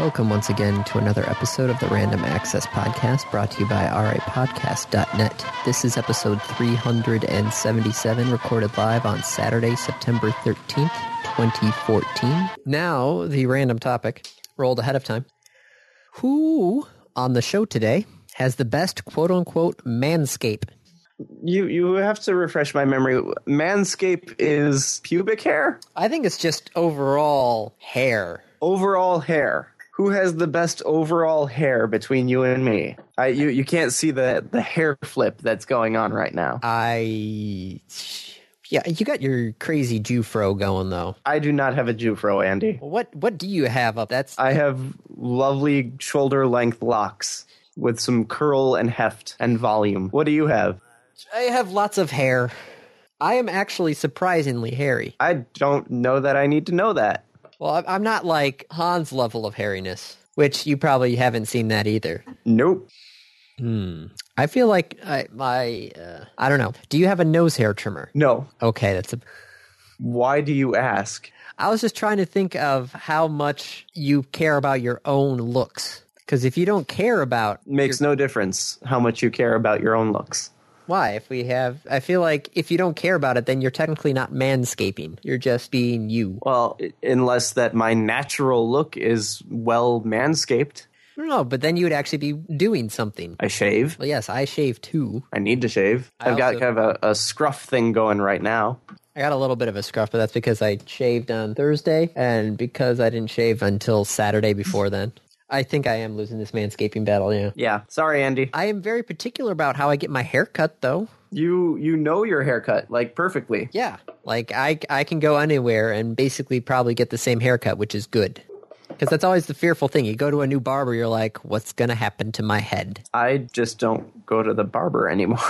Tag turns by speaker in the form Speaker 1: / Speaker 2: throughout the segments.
Speaker 1: Welcome once again to another episode of the Random Access Podcast brought to you by rapodcast.net. This is episode 377, recorded live on Saturday, September 13th, 2014. Now, the random topic rolled ahead of time. Who on the show today has the best quote unquote manscape?
Speaker 2: You you have to refresh my memory. Manscape is pubic hair,
Speaker 1: I think it's just overall hair.
Speaker 2: overall hair. Who has the best overall hair between you and me? I you you can't see the the hair flip that's going on right now.
Speaker 1: I. Yeah, you got your crazy Jew fro going though.
Speaker 2: I do not have a Jufro, Andy.
Speaker 1: What what do you have up? That's
Speaker 2: I have lovely shoulder length locks with some curl and heft and volume. What do you have?
Speaker 1: I have lots of hair. I am actually surprisingly hairy.
Speaker 2: I don't know that I need to know that.
Speaker 1: Well, I'm- I'm not like Han's level of hairiness, which you probably haven't seen that either.
Speaker 2: Nope.
Speaker 1: I feel like I my uh, I don't know. Do you have a nose hair trimmer?
Speaker 2: No.
Speaker 1: Okay, that's a.
Speaker 2: Why do you ask?
Speaker 1: I was just trying to think of how much you care about your own looks. Because if you don't care about
Speaker 2: Makes no difference how much you care about your own looks.
Speaker 1: why, if we have, I feel like if you don't care about it, then you're technically not manscaping. You're just being you.
Speaker 2: Well, i- unless that my natural look is well manscaped.
Speaker 1: I don't know, but then you would actually be doing something.
Speaker 2: I shave.
Speaker 1: Well, yes, I shave too.
Speaker 2: I need to shave.
Speaker 1: I
Speaker 2: I've got
Speaker 1: also-
Speaker 2: kind of a, a scruff thing going right now.
Speaker 1: I got a little bit of a scruff, but that's because I shaved on Thursday and because I didn't shave until Saturday before then. I think I am losing this manscaping battle, yeah.
Speaker 2: Yeah. Sorry, Andy.
Speaker 1: I am very particular about how I get my hair cut, though.
Speaker 2: You you know your haircut like perfectly.
Speaker 1: Yeah. Like, I, I can go anywhere and basically probably get the same haircut, which is good. Because that's always the fearful thing. You go to a new barber, you're like, what's going to happen to my head?
Speaker 2: I just don't go to the barber anymore.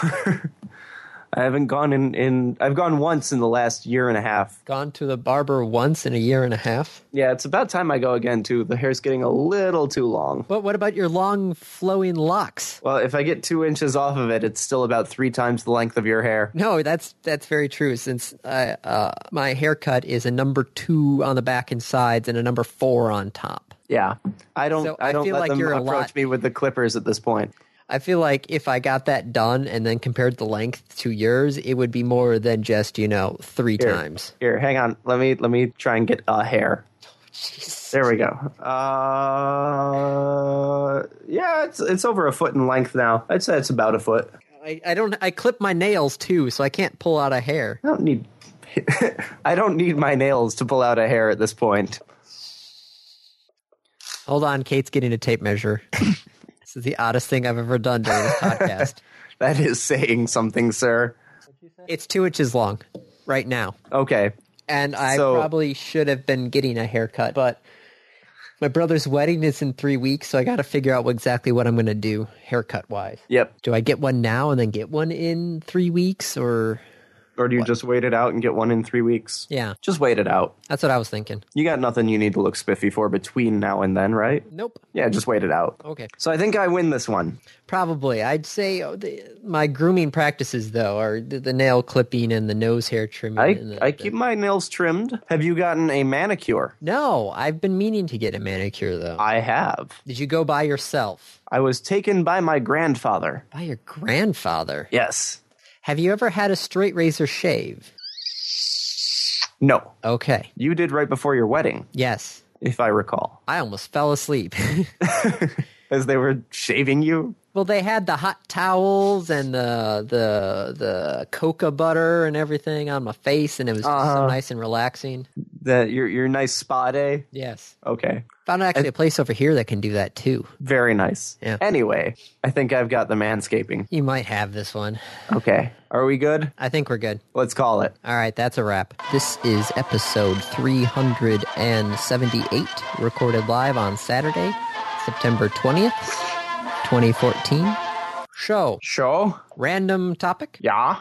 Speaker 2: I haven't gone in, in I've gone once in the last year and a half.
Speaker 1: Gone to the barber once in a year and a half.
Speaker 2: Yeah, it's about time I go again too. The hair's getting a little too long.
Speaker 1: But what about your long, flowing locks?
Speaker 2: Well, if I get two inches off of it, it's still about three times the length of your hair.
Speaker 1: No, that's that's very true. Since I, uh, my haircut is a number two on the back and sides, and a number four on top.
Speaker 2: Yeah, I don't.
Speaker 1: So
Speaker 2: I
Speaker 1: I
Speaker 2: don't
Speaker 1: feel
Speaker 2: let
Speaker 1: like
Speaker 2: them
Speaker 1: you're a
Speaker 2: approach
Speaker 1: lot-
Speaker 2: me with the clippers at this point.
Speaker 1: I feel like if I got that done and then compared the length to yours, it would be more than just you know three times.
Speaker 2: Here, hang on. Let me let me try and get a hair. There we go. Uh, yeah, it's it's over a foot in length now. I'd say it's about a foot.
Speaker 1: I, I don't. I clip my nails too, so I can't pull out a hair.
Speaker 2: I don't need. I don't need my nails to pull out a hair at this point.
Speaker 1: Hold on, Kate's getting a tape measure. this is the oddest thing I've ever done during this podcast.
Speaker 2: That is saying something, sir.
Speaker 1: it's two inches long right now.
Speaker 2: Okay.
Speaker 1: and I
Speaker 2: So-
Speaker 1: probably should have been getting a haircut, but my brother's wedding is in three weeks, so I got to figure out exactly what I'm going to do haircut wise.
Speaker 2: Yep.
Speaker 1: Do I get one now and then get one in three weeks, or
Speaker 2: Or do you just wait it out and get one in three weeks?
Speaker 1: yeah,
Speaker 2: Just wait it out.
Speaker 1: that's what I was thinking.
Speaker 2: You got nothing you need to look spiffy for between now and then, right?
Speaker 1: Nope.
Speaker 2: Yeah, just wait it out.
Speaker 1: Okay.
Speaker 2: So I think I win this one.
Speaker 1: Probably, I'd say oh, the, my grooming practices though are the, the nail clipping and the nose hair trimming.
Speaker 2: I,
Speaker 1: and the,
Speaker 2: I keep my nails trimmed. Have you gotten a manicure?
Speaker 1: no, I've been meaning to get a manicure though.
Speaker 2: I have.
Speaker 1: Did you go by yourself?
Speaker 2: I was taken by my grandfather.
Speaker 1: By your grandfather?
Speaker 2: Yes.
Speaker 1: Have you ever had a straight razor shave?
Speaker 2: No.
Speaker 1: Okay.
Speaker 2: You did right before your wedding,
Speaker 1: Yes.
Speaker 2: if I recall,
Speaker 1: I almost fell asleep.
Speaker 2: as they were shaving you.
Speaker 1: well, they had the hot towels and the the the coca butter and everything on my face, and it was just so nice and relaxing.
Speaker 2: The, your, your nice spa day.
Speaker 1: Yes,
Speaker 2: Okay.
Speaker 1: found actually a place over here that can do that too.
Speaker 2: Very nice.
Speaker 1: Yeah.
Speaker 2: Anyway, I think I've got the manscaping.
Speaker 1: You might have this one.
Speaker 2: Okay. Are we good?
Speaker 1: I think we're good.
Speaker 2: Let's call it.
Speaker 1: All right, that's a wrap. This is episode 378, recorded live on Saturday, September 20th, 2014. Show
Speaker 2: Show?
Speaker 1: random topic.
Speaker 2: Yeah.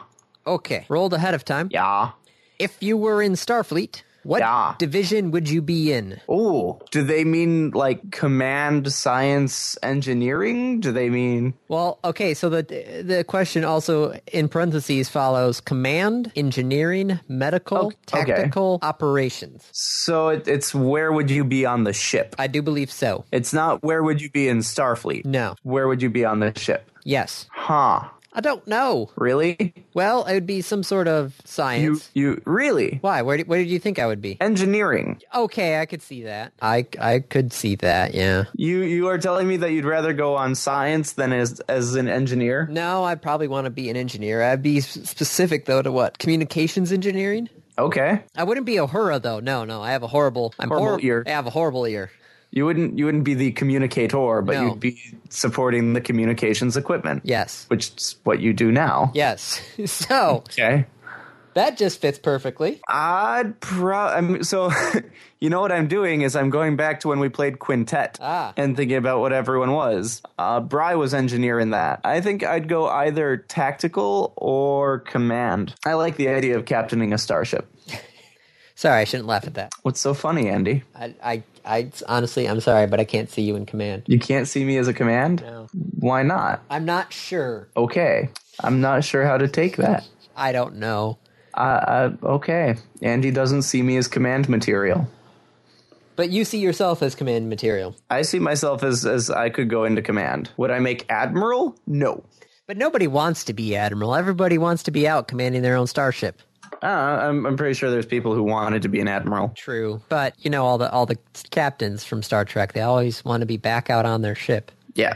Speaker 1: Okay, rolled ahead of time.
Speaker 2: Yeah.
Speaker 1: If you were in Starfleet, What
Speaker 2: Yeah.
Speaker 1: division would you be in?
Speaker 2: Oh, do they mean like command science engineering? Do they mean
Speaker 1: Well, okay, so the the question also in parentheses follows command, engineering, medical, tactical, operations.
Speaker 2: so? It, it's where would you be on the ship?
Speaker 1: I do believe so.
Speaker 2: It's not where would you be in Starfleet.
Speaker 1: No.
Speaker 2: Where would you be on the ship?
Speaker 1: Yes.
Speaker 2: Huh?
Speaker 1: I don't know.
Speaker 2: Really?
Speaker 1: Well, it would be some sort of
Speaker 2: You
Speaker 1: science.
Speaker 2: you really?
Speaker 1: Why? Where did, where did you think I would be?
Speaker 2: Engineering.
Speaker 1: Okay, I could see that. I, I could see that, yeah.
Speaker 2: You you are telling me that you'd rather go on science than as as an engineer?
Speaker 1: No, I probably want to be an engineer. I'd be s- specific, though, to what? Communications engineering?
Speaker 2: Okay.
Speaker 1: I wouldn't be a hurrah, though. No, no, I have a horrible... I'm
Speaker 2: Horrible ear.
Speaker 1: I have a horrible ear.
Speaker 2: You wouldn't you wouldn't be the communicator, but
Speaker 1: No.
Speaker 2: you'd be supporting the communications equipment.
Speaker 1: Yes.
Speaker 2: Which is what you do now.
Speaker 1: Yes. so,
Speaker 2: Okay.
Speaker 1: that just fits perfectly.
Speaker 2: I'd pro. I'm, so, you know what I'm doing is I'm going back to when we played quintet
Speaker 1: Ah.
Speaker 2: and thinking about what everyone was. Uh, Bry was engineer in that. I think I'd go either tactical or command. I like the idea of captaining a starship.
Speaker 1: Sorry, I shouldn't laugh at that.
Speaker 2: What's so funny, Andy?
Speaker 1: I, I, I honestly, I'm sorry, but I can't see you in command.
Speaker 2: You can't see me as a command?
Speaker 1: No.
Speaker 2: Why not?
Speaker 1: I'm not sure.
Speaker 2: Okay. I'm not sure how to take that.
Speaker 1: I don't know.
Speaker 2: Uh, uh, okay. Andy doesn't see me as command material.
Speaker 1: But you see yourself as command material.
Speaker 2: I see myself as as I could go into command. Would I make admiral? No.
Speaker 1: But nobody wants to be admiral. Everybody wants to be out commanding their own starship.
Speaker 2: Uh, I'm I'm pretty sure there's people who wanted to be an admiral.
Speaker 1: True, but you know all the all the captains from Star Trek. They always want to be back out on their ship.
Speaker 2: Yeah.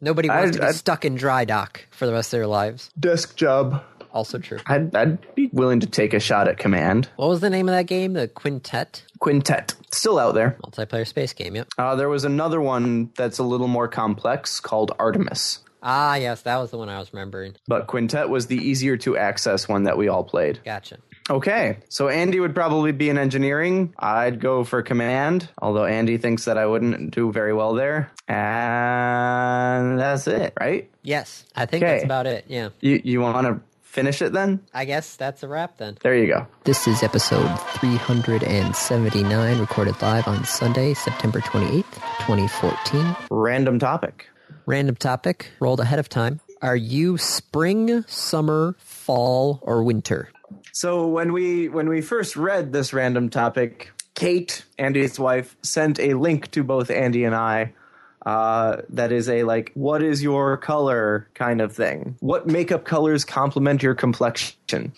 Speaker 1: Nobody wants
Speaker 2: I'd-
Speaker 1: to be
Speaker 2: I'd-
Speaker 1: stuck in dry dock for the rest of their lives.
Speaker 2: Desk job.
Speaker 1: Also true.
Speaker 2: I'd I'd be willing to take a shot at command.
Speaker 1: What was the name of that game? The Quintet
Speaker 2: Quintet still out there.
Speaker 1: multiplayer space game. Yep.
Speaker 2: Uh, there was another one that's a little more complex called Artemis,
Speaker 1: Ah, yes, that was the one I was remembering.
Speaker 2: but Quintet was the easier to access one that we all played.
Speaker 1: Gotcha.
Speaker 2: Okay, so Andy would probably be in engineering. I'd go for command, although Andy thinks that I wouldn't do very well there. And that's it, right?
Speaker 1: Yes, I think that's
Speaker 2: Okay.
Speaker 1: about it. Yeah,
Speaker 2: You you want to finish it then?
Speaker 1: I guess that's a wrap then.
Speaker 2: There you go.
Speaker 1: This is episode 379, recorded live on Sunday, September 28th, 2014.
Speaker 2: Random topic.
Speaker 1: Random topic rolled ahead of time. Are you spring, summer, fall, or winter?
Speaker 2: So when we when we first read this random topic, Kate, Andy's wife, sent a link to both Andy and I. Uh, that is a like, what is your color kind of thing. What makeup colors complement your complexion?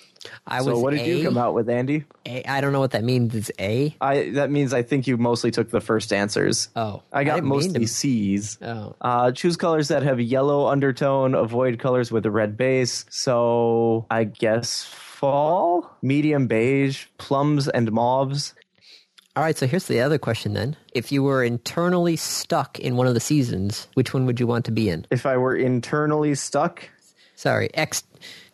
Speaker 1: I
Speaker 2: So
Speaker 1: was
Speaker 2: what did
Speaker 1: A.
Speaker 2: you come out with, Andy?
Speaker 1: A, I don't know what that means. It's A.
Speaker 2: I that means I think you mostly took the first answers.
Speaker 1: Oh,
Speaker 2: I got
Speaker 1: didn't mean
Speaker 2: mostly C's.
Speaker 1: to- Oh,
Speaker 2: Uh, choose colors that have yellow undertone. Avoid colors with a red base. So I guess fall, medium beige, plums and mauves.
Speaker 1: all right. So here's the other question then: If you were internally stuck in one of the seasons, which one would you want to be in?
Speaker 2: If I were internally stuck,
Speaker 1: Sorry, ex,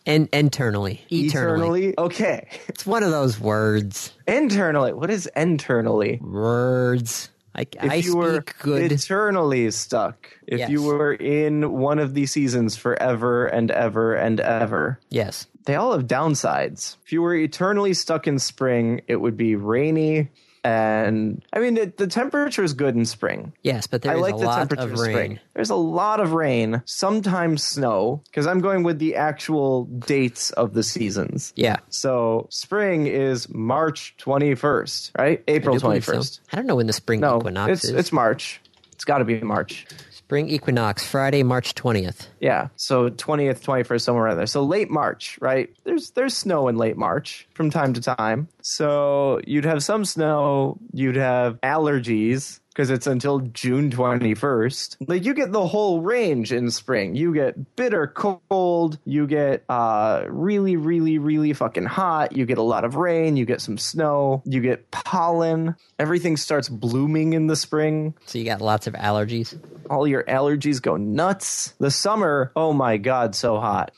Speaker 1: and internally, eternally.
Speaker 2: eternally, okay,
Speaker 1: It's one of those words.
Speaker 2: internally. What is internally?
Speaker 1: Words. I,
Speaker 2: If
Speaker 1: I
Speaker 2: you
Speaker 1: speak
Speaker 2: were
Speaker 1: good.
Speaker 2: eternally stuck, if
Speaker 1: Yes.
Speaker 2: you were in one of these seasons forever and ever and ever,
Speaker 1: yes.
Speaker 2: they all have downsides. If you were eternally stuck in spring, it would be rainy. And I mean, it, the temperature is good in spring.
Speaker 1: Yes, but there
Speaker 2: I
Speaker 1: is
Speaker 2: like
Speaker 1: a
Speaker 2: the
Speaker 1: lot
Speaker 2: temperature
Speaker 1: of
Speaker 2: of spring.
Speaker 1: rain.
Speaker 2: There's a lot of rain, sometimes snow, because I'm going with the actual dates of the seasons.
Speaker 1: Yeah.
Speaker 2: So spring is March 21st, right?
Speaker 1: I
Speaker 2: April
Speaker 1: do believe
Speaker 2: 21st.
Speaker 1: so. I don't know when the spring
Speaker 2: No,
Speaker 1: equinox
Speaker 2: it's
Speaker 1: is.
Speaker 2: it's March. It's got to be March.
Speaker 1: spring equinox, Friday, March 20th.
Speaker 2: Yeah. So 20th, 21st, somewhere around there. So late March, right? There's there's snow in late March from time to time. So you'd have some snow, you'd have allergies because it's until June 21st. Like you get the whole range in spring. You get bitter cold, you get uh really really really fucking hot, you get a lot of rain, you get some snow, you get pollen. Everything starts blooming in the spring
Speaker 1: So you got lots of allergies.
Speaker 2: all your allergies go nuts. The summer, oh my god, so hot.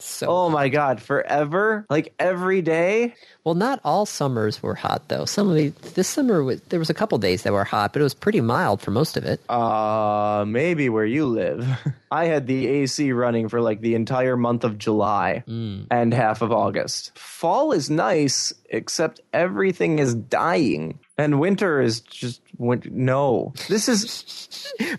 Speaker 1: So
Speaker 2: Oh my god, forever? Like every day?
Speaker 1: Well, not all summers were hot though. Some of the this summer was there was a couple days that were hot, but it was pretty mild for most of it.
Speaker 2: Uh, maybe where you live. I had the AC running for like the entire month of July and half of August. Fall is nice, except everything is dying. And winter is just win- no. This is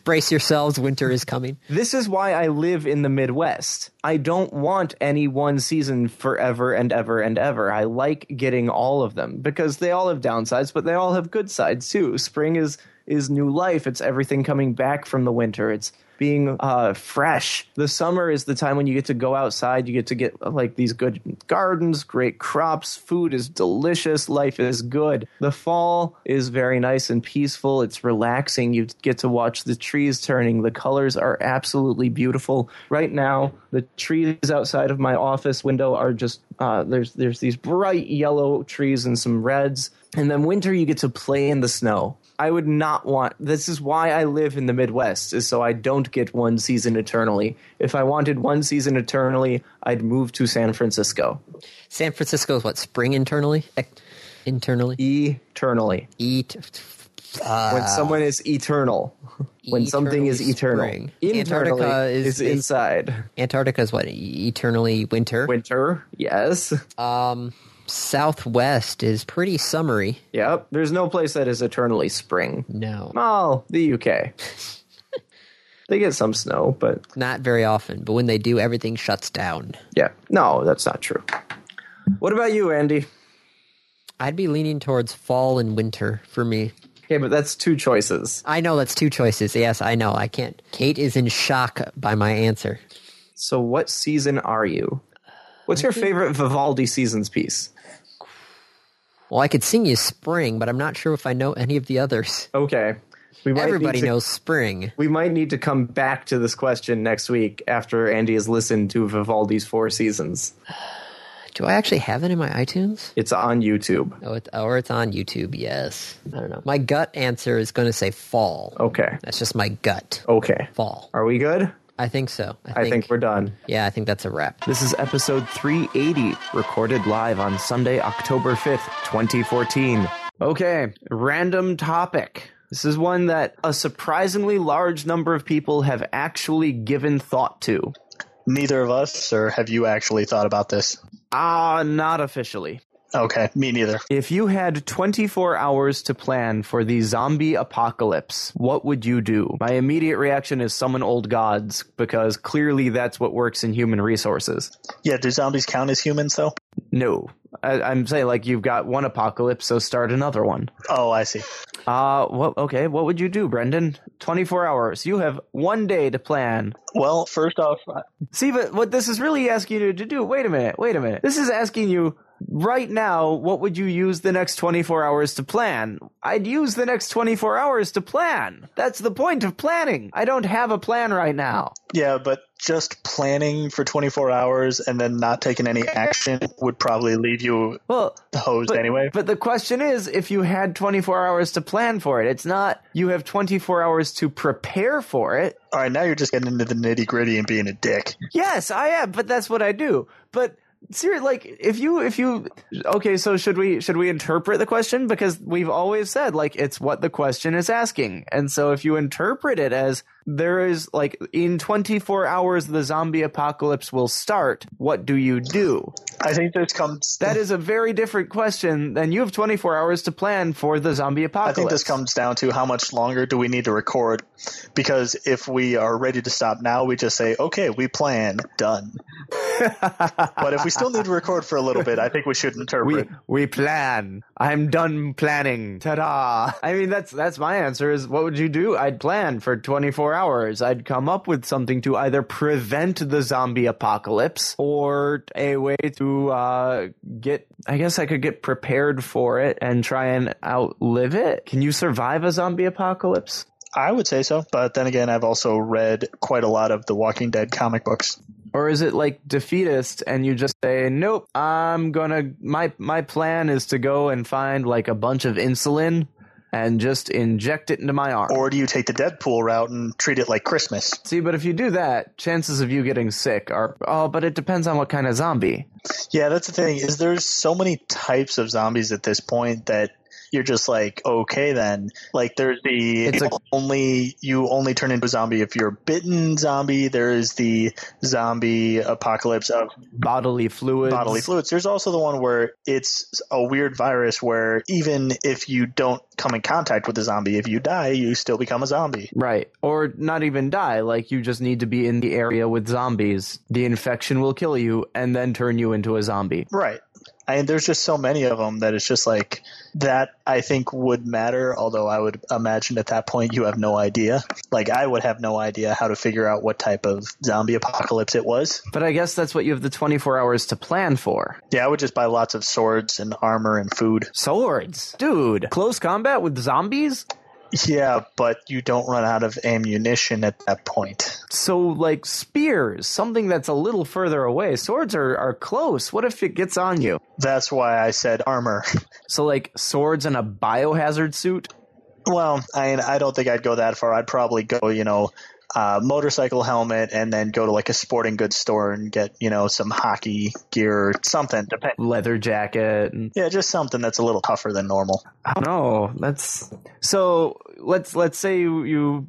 Speaker 1: Brace yourselves, winter is coming.
Speaker 2: This is why I live in the Midwest. I don't want any one season forever and ever and ever. I like getting all of them because they all have downsides, but they all have good sides too. Spring is is new life. It's everything coming back from the winter. It's being uh, fresh. The summer is the time when you get to go outside. You get to get uh, like these good gardens, great crops. Food is delicious. Life is good. The fall is very nice and peaceful. It's relaxing. You get to watch the trees turning. The colors are absolutely beautiful. Right now, the trees outside of my office window are just uh, there's there's these bright yellow trees and some reds. And then winter, you get to play in the snow. I would not want. This is why I live in the Midwest, is so I don't get one season eternally. If I wanted one season eternally, I'd move to San Francisco
Speaker 1: San Francisco is what spring internally, Ec- internally
Speaker 2: eternally.
Speaker 1: eat. Uh,
Speaker 2: When someone is eternal, when something is
Speaker 1: Eternally
Speaker 2: eternal,
Speaker 1: spring.
Speaker 2: internally
Speaker 1: Antarctica is-
Speaker 2: is,
Speaker 1: is-
Speaker 2: inside.
Speaker 1: Antarctica is what e- eternally winter.
Speaker 2: Winter, yes,
Speaker 1: Um, Southwest is pretty summery.
Speaker 2: yep. There's no place that is eternally spring.
Speaker 1: No,
Speaker 2: Oh, the UK. they get some snow, but
Speaker 1: not very often. But when they do, everything shuts down.
Speaker 2: yeah, no, that's not true. What about you, Andy?
Speaker 1: I'd be leaning towards fall and winter for me.
Speaker 2: Okay, but that's two choices.
Speaker 1: I know that's two choices. Yes, I know. I can't. Kate is in shock by my answer.
Speaker 2: So, what season are you? What's your favorite Vivaldi seasons piece?
Speaker 1: Well, I could sing you spring, but I'm not sure if I know any of the others.
Speaker 2: Okay, we might need
Speaker 1: Everybody
Speaker 2: to-
Speaker 1: knows spring.
Speaker 2: We might need to come back to this question next week after Andy has listened to Vivaldi's Four Seasons.
Speaker 1: Do I actually have it in my iTunes?
Speaker 2: It's on YouTube.
Speaker 1: Oh, it's, or it's on YouTube. Yes. I don't know. My gut answer is going to say fall.
Speaker 2: Okay.
Speaker 1: That's just my gut.
Speaker 2: Okay.
Speaker 1: Fall.
Speaker 2: Are we good?
Speaker 1: I think so. Oh. I think,
Speaker 2: I think we're done.
Speaker 1: Yeah, I think that's a wrap.
Speaker 2: This is episode 380, recorded live on Sunday, October 5th, 2014. Okay, random topic. This is one that a surprisingly large number of people have actually given thought to.
Speaker 3: Neither of us, or have you actually thought about this?
Speaker 2: Ah, not officially.
Speaker 3: Okay, me neither.
Speaker 2: If you had 24 hours to plan for the zombie apocalypse, what would you do? My immediate reaction is summon old gods, because clearly that's what works in human resources.
Speaker 3: Yeah, do zombies count as humans though?
Speaker 2: No. I, I'm saying, like, you've got one apocalypse, so start another one.
Speaker 3: Oh, I see.
Speaker 2: Uh, what, okay, what would you do, Brendan? 24 hours. You have one day to plan.
Speaker 3: Well, first off,
Speaker 2: See, but what this is really asking you to do, wait a minute, wait a minute. This is asking you right now, what would you use the next 24 hours to plan? I'd use the next 24 hours to plan. That's the point of planning. I don't have a plan right now.
Speaker 3: yeah, but just planning for 24 hours and then not taking any action would probably leave you
Speaker 2: Well,
Speaker 3: hosed anyway.
Speaker 2: But the question is if you had 24 hours to plan for it, it's not you have 24 hours to prepare for it.
Speaker 3: All right, now you're just getting into the nitty gritty and being a dick.
Speaker 2: Yes, I am, but that's what I do. But seriously, like if you if you okay, so should we should we interpret the question because we've always said like it's what the question is asking. And so if you interpret it as there is like in 24 hours the zombie apocalypse will start, what do you do?
Speaker 3: I think this comes.
Speaker 2: That is a very different question than you have 24 hours to plan for the zombie
Speaker 3: I
Speaker 2: apocalypse.
Speaker 3: think this comes down to how much longer do we need to record? Because if we are ready to stop now, we just say, okay, we plan, done. but if we still need to record for a little bit, I think we should
Speaker 2: we
Speaker 3: interpret.
Speaker 2: we plan. I'm done planning. Ta-da! I mean, that's that's my answer. Is what would you do? I'd plan for 24 hours. I'd come up with something to either prevent the zombie apocalypse or a way to uh, get. I guess I could get prepared for it and try and outlive it. Can you survive a zombie apocalypse?
Speaker 3: I would say so, but then again, I've also read quite a lot of the Walking Dead comic books.
Speaker 2: Or is it like defeatist and you just say, Nope, I'm gonna my my plan is to go and find like a bunch of insulin and just inject it into my arm.
Speaker 3: Or do you take the Deadpool route and treat it like Christmas?
Speaker 2: See, but if you do that, chances of you getting sick are oh, but it depends on what kind of zombie.
Speaker 3: Yeah, that's the thing. Is there's so many types of zombies at this point that you're just like, okay, then. Like there's the
Speaker 2: It's like-
Speaker 3: only you only turn into a zombie if you're bitten zombie. There is the zombie apocalypse of
Speaker 2: Bodily fluids.
Speaker 3: bodily fluids. There's also the one where it's a weird virus where even if you don't come in contact with a zombie, if you die, you still become a zombie.
Speaker 2: Right. Or not even die. Like, you just need to be in the area with zombies. The infection will kill you and then turn you into a zombie.
Speaker 3: Right. And there's just so many of them that it's just like that. I think would matter, although I would imagine at that point you have no idea. Like I would have no idea how to figure out what type of zombie apocalypse it was.
Speaker 2: But I guess that's what you have the 24 hours to plan for.
Speaker 3: Yeah, I would just buy lots of swords and armor and food.
Speaker 2: Swords. Dude, close combat with zombies?
Speaker 3: Yeah, but you don't run out of ammunition at that point.
Speaker 2: So, like, spears, something that's a little further away. Swords are, are close. What if it gets on you?
Speaker 3: That's why I said armor.
Speaker 2: So, like, swords and a biohazard suit?
Speaker 3: Well, I I don't think I'd go that far. I'd probably go, you know, uh, motorcycle helmet, and then go to like a sporting goods store and get, you know, some hockey gear or something. Depend.
Speaker 2: Leather jacket. And,
Speaker 3: Yeah, just something that's a little tougher than normal.
Speaker 2: I don't know. That's. So, let's, let's say you. you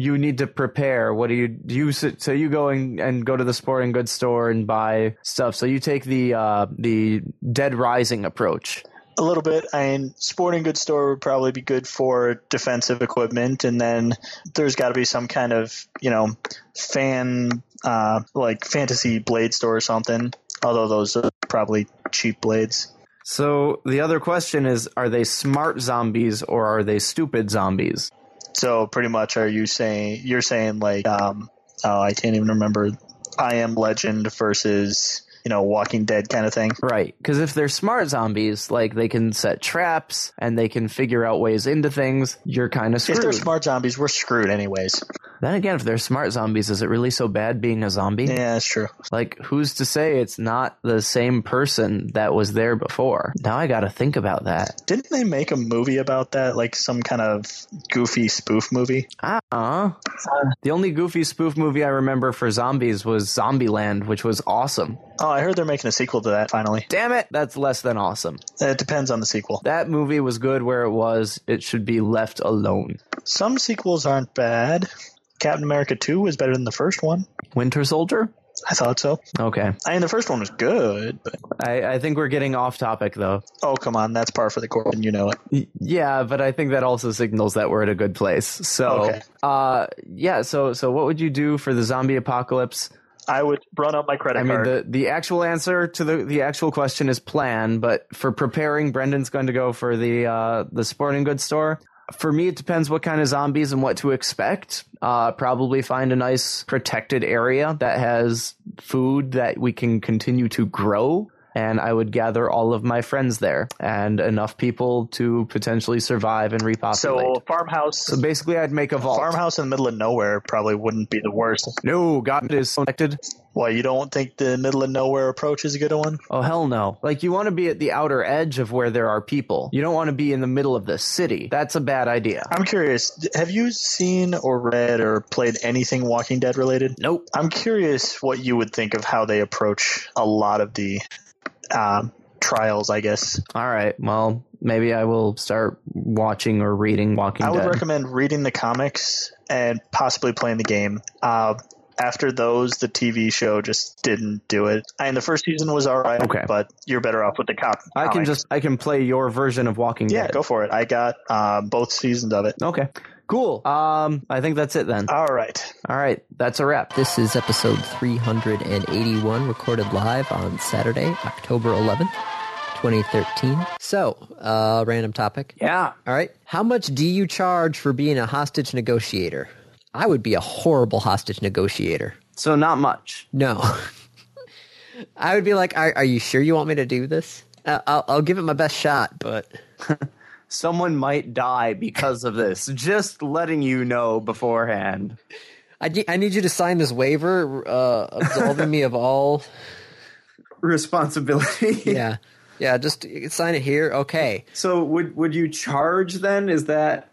Speaker 2: you need to prepare. What do you do? You, sit- so you go and, and go to the sporting goods store and buy stuff. So you take the uh, the Dead Rising approach.
Speaker 3: A little bit. And sporting goods store would probably be good for defensive equipment, and then there's got to be some kind of, you know, fan uh, like fantasy blade store or something. Although those are probably cheap blades.
Speaker 2: So the other question is: Are they smart zombies or are they stupid zombies?
Speaker 3: So pretty much, are you saying you're saying like um, oh I can't even remember I Am Legend versus you know Walking Dead kind of thing?
Speaker 2: Right, because if they're smart zombies, like they can set traps and they can figure out ways into things, you're kind of
Speaker 3: If they're
Speaker 2: screwed.
Speaker 3: smart zombies, we're screwed anyways.
Speaker 2: then again, if they're smart zombies, is it really so bad being a zombie?
Speaker 3: Yeah, that's true.
Speaker 2: Like, who's to say it's not the same person that was there before? Now I got to think about that.
Speaker 3: Didn't they make a movie about that, like some kind of goofy spoof movie?
Speaker 2: Ah, uh, the only goofy spoof movie I remember for zombies was Zombieland, which was awesome.
Speaker 3: Oh, I heard they're making a sequel to that. Finally,
Speaker 2: Damn it, that's less than awesome.
Speaker 3: it depends on the sequel.
Speaker 2: That movie was good where it was. It should be left alone.
Speaker 3: Some sequels aren't bad. Captain America Two was better than the first one.
Speaker 2: Winter Soldier?
Speaker 3: I thought so.
Speaker 2: Okay.
Speaker 3: I mean, the first one was good, but
Speaker 2: I, I think we're getting off topic though.
Speaker 3: oh come on, that's par for the course, and you know it.
Speaker 2: Y- Yeah, but I think that also signals that we're at a good place. So,
Speaker 3: Okay.
Speaker 2: uh, yeah. So, so what would you do for the zombie apocalypse?
Speaker 3: I would run up my credit
Speaker 2: I mean,
Speaker 3: card.
Speaker 2: the the actual answer to the the actual question is plan, but for preparing, Brendan's going to go for the uh, the sporting goods store. For me, it depends what kind of zombies and what to expect. Uh, probably find a nice protected area that has food that we can continue to grow. And I would gather all of my friends there and enough people to potentially survive and repopulate.
Speaker 3: So
Speaker 2: So,
Speaker 3: farmhouse,
Speaker 2: basically, I'd make a vault.
Speaker 3: farmhouse in the middle of nowhere probably wouldn't be the worst.
Speaker 2: No, God is connected.
Speaker 3: Well, you don't think the middle of nowhere approach is a good one?
Speaker 2: Oh hell no. Like you want to be at the outer edge of where there are people. You don't want to be in the middle of the city. That's a bad idea.
Speaker 3: I'm curious. Have you seen or read or played anything Walking Dead related?
Speaker 2: Nope.
Speaker 3: I'm curious what you would think of how they approach a lot of the um, trials. I guess
Speaker 2: All right. Well, maybe I will start watching or reading Walking
Speaker 3: I would
Speaker 2: Dead.
Speaker 3: recommend reading the comics and possibly playing the game. Uh, after those, the TV show just didn't do it. And the first season was all right,
Speaker 2: Okay.
Speaker 3: but you're better off with the cop.
Speaker 2: I can
Speaker 3: comics.
Speaker 2: just I can play your version of Walking
Speaker 3: Yeah,
Speaker 2: Dead.
Speaker 3: go for it. I got um, both seasons of it.
Speaker 2: Okay. Cool. Um I think that's it then.
Speaker 3: All right.
Speaker 2: All right. That's a wrap.
Speaker 1: This is episode 381, recorded live on Saturday, October 11th, 2013. So, uh, random topic.
Speaker 2: Yeah.
Speaker 1: All right. How much do you charge for being a hostage negotiator? I would be a horrible hostage negotiator.
Speaker 2: So not much.
Speaker 1: No. I would be like, are, are you sure you want me to do this? Uh, I'll, I'll give it my best shot, but
Speaker 2: Someone might die because of this. Just letting you know beforehand.
Speaker 1: I, ge- I need you to sign this waiver uh, absolving me of all.
Speaker 2: Responsibility.
Speaker 1: Yeah. Yeah, just sign it here. Okay.
Speaker 2: So would would you charge then? Is that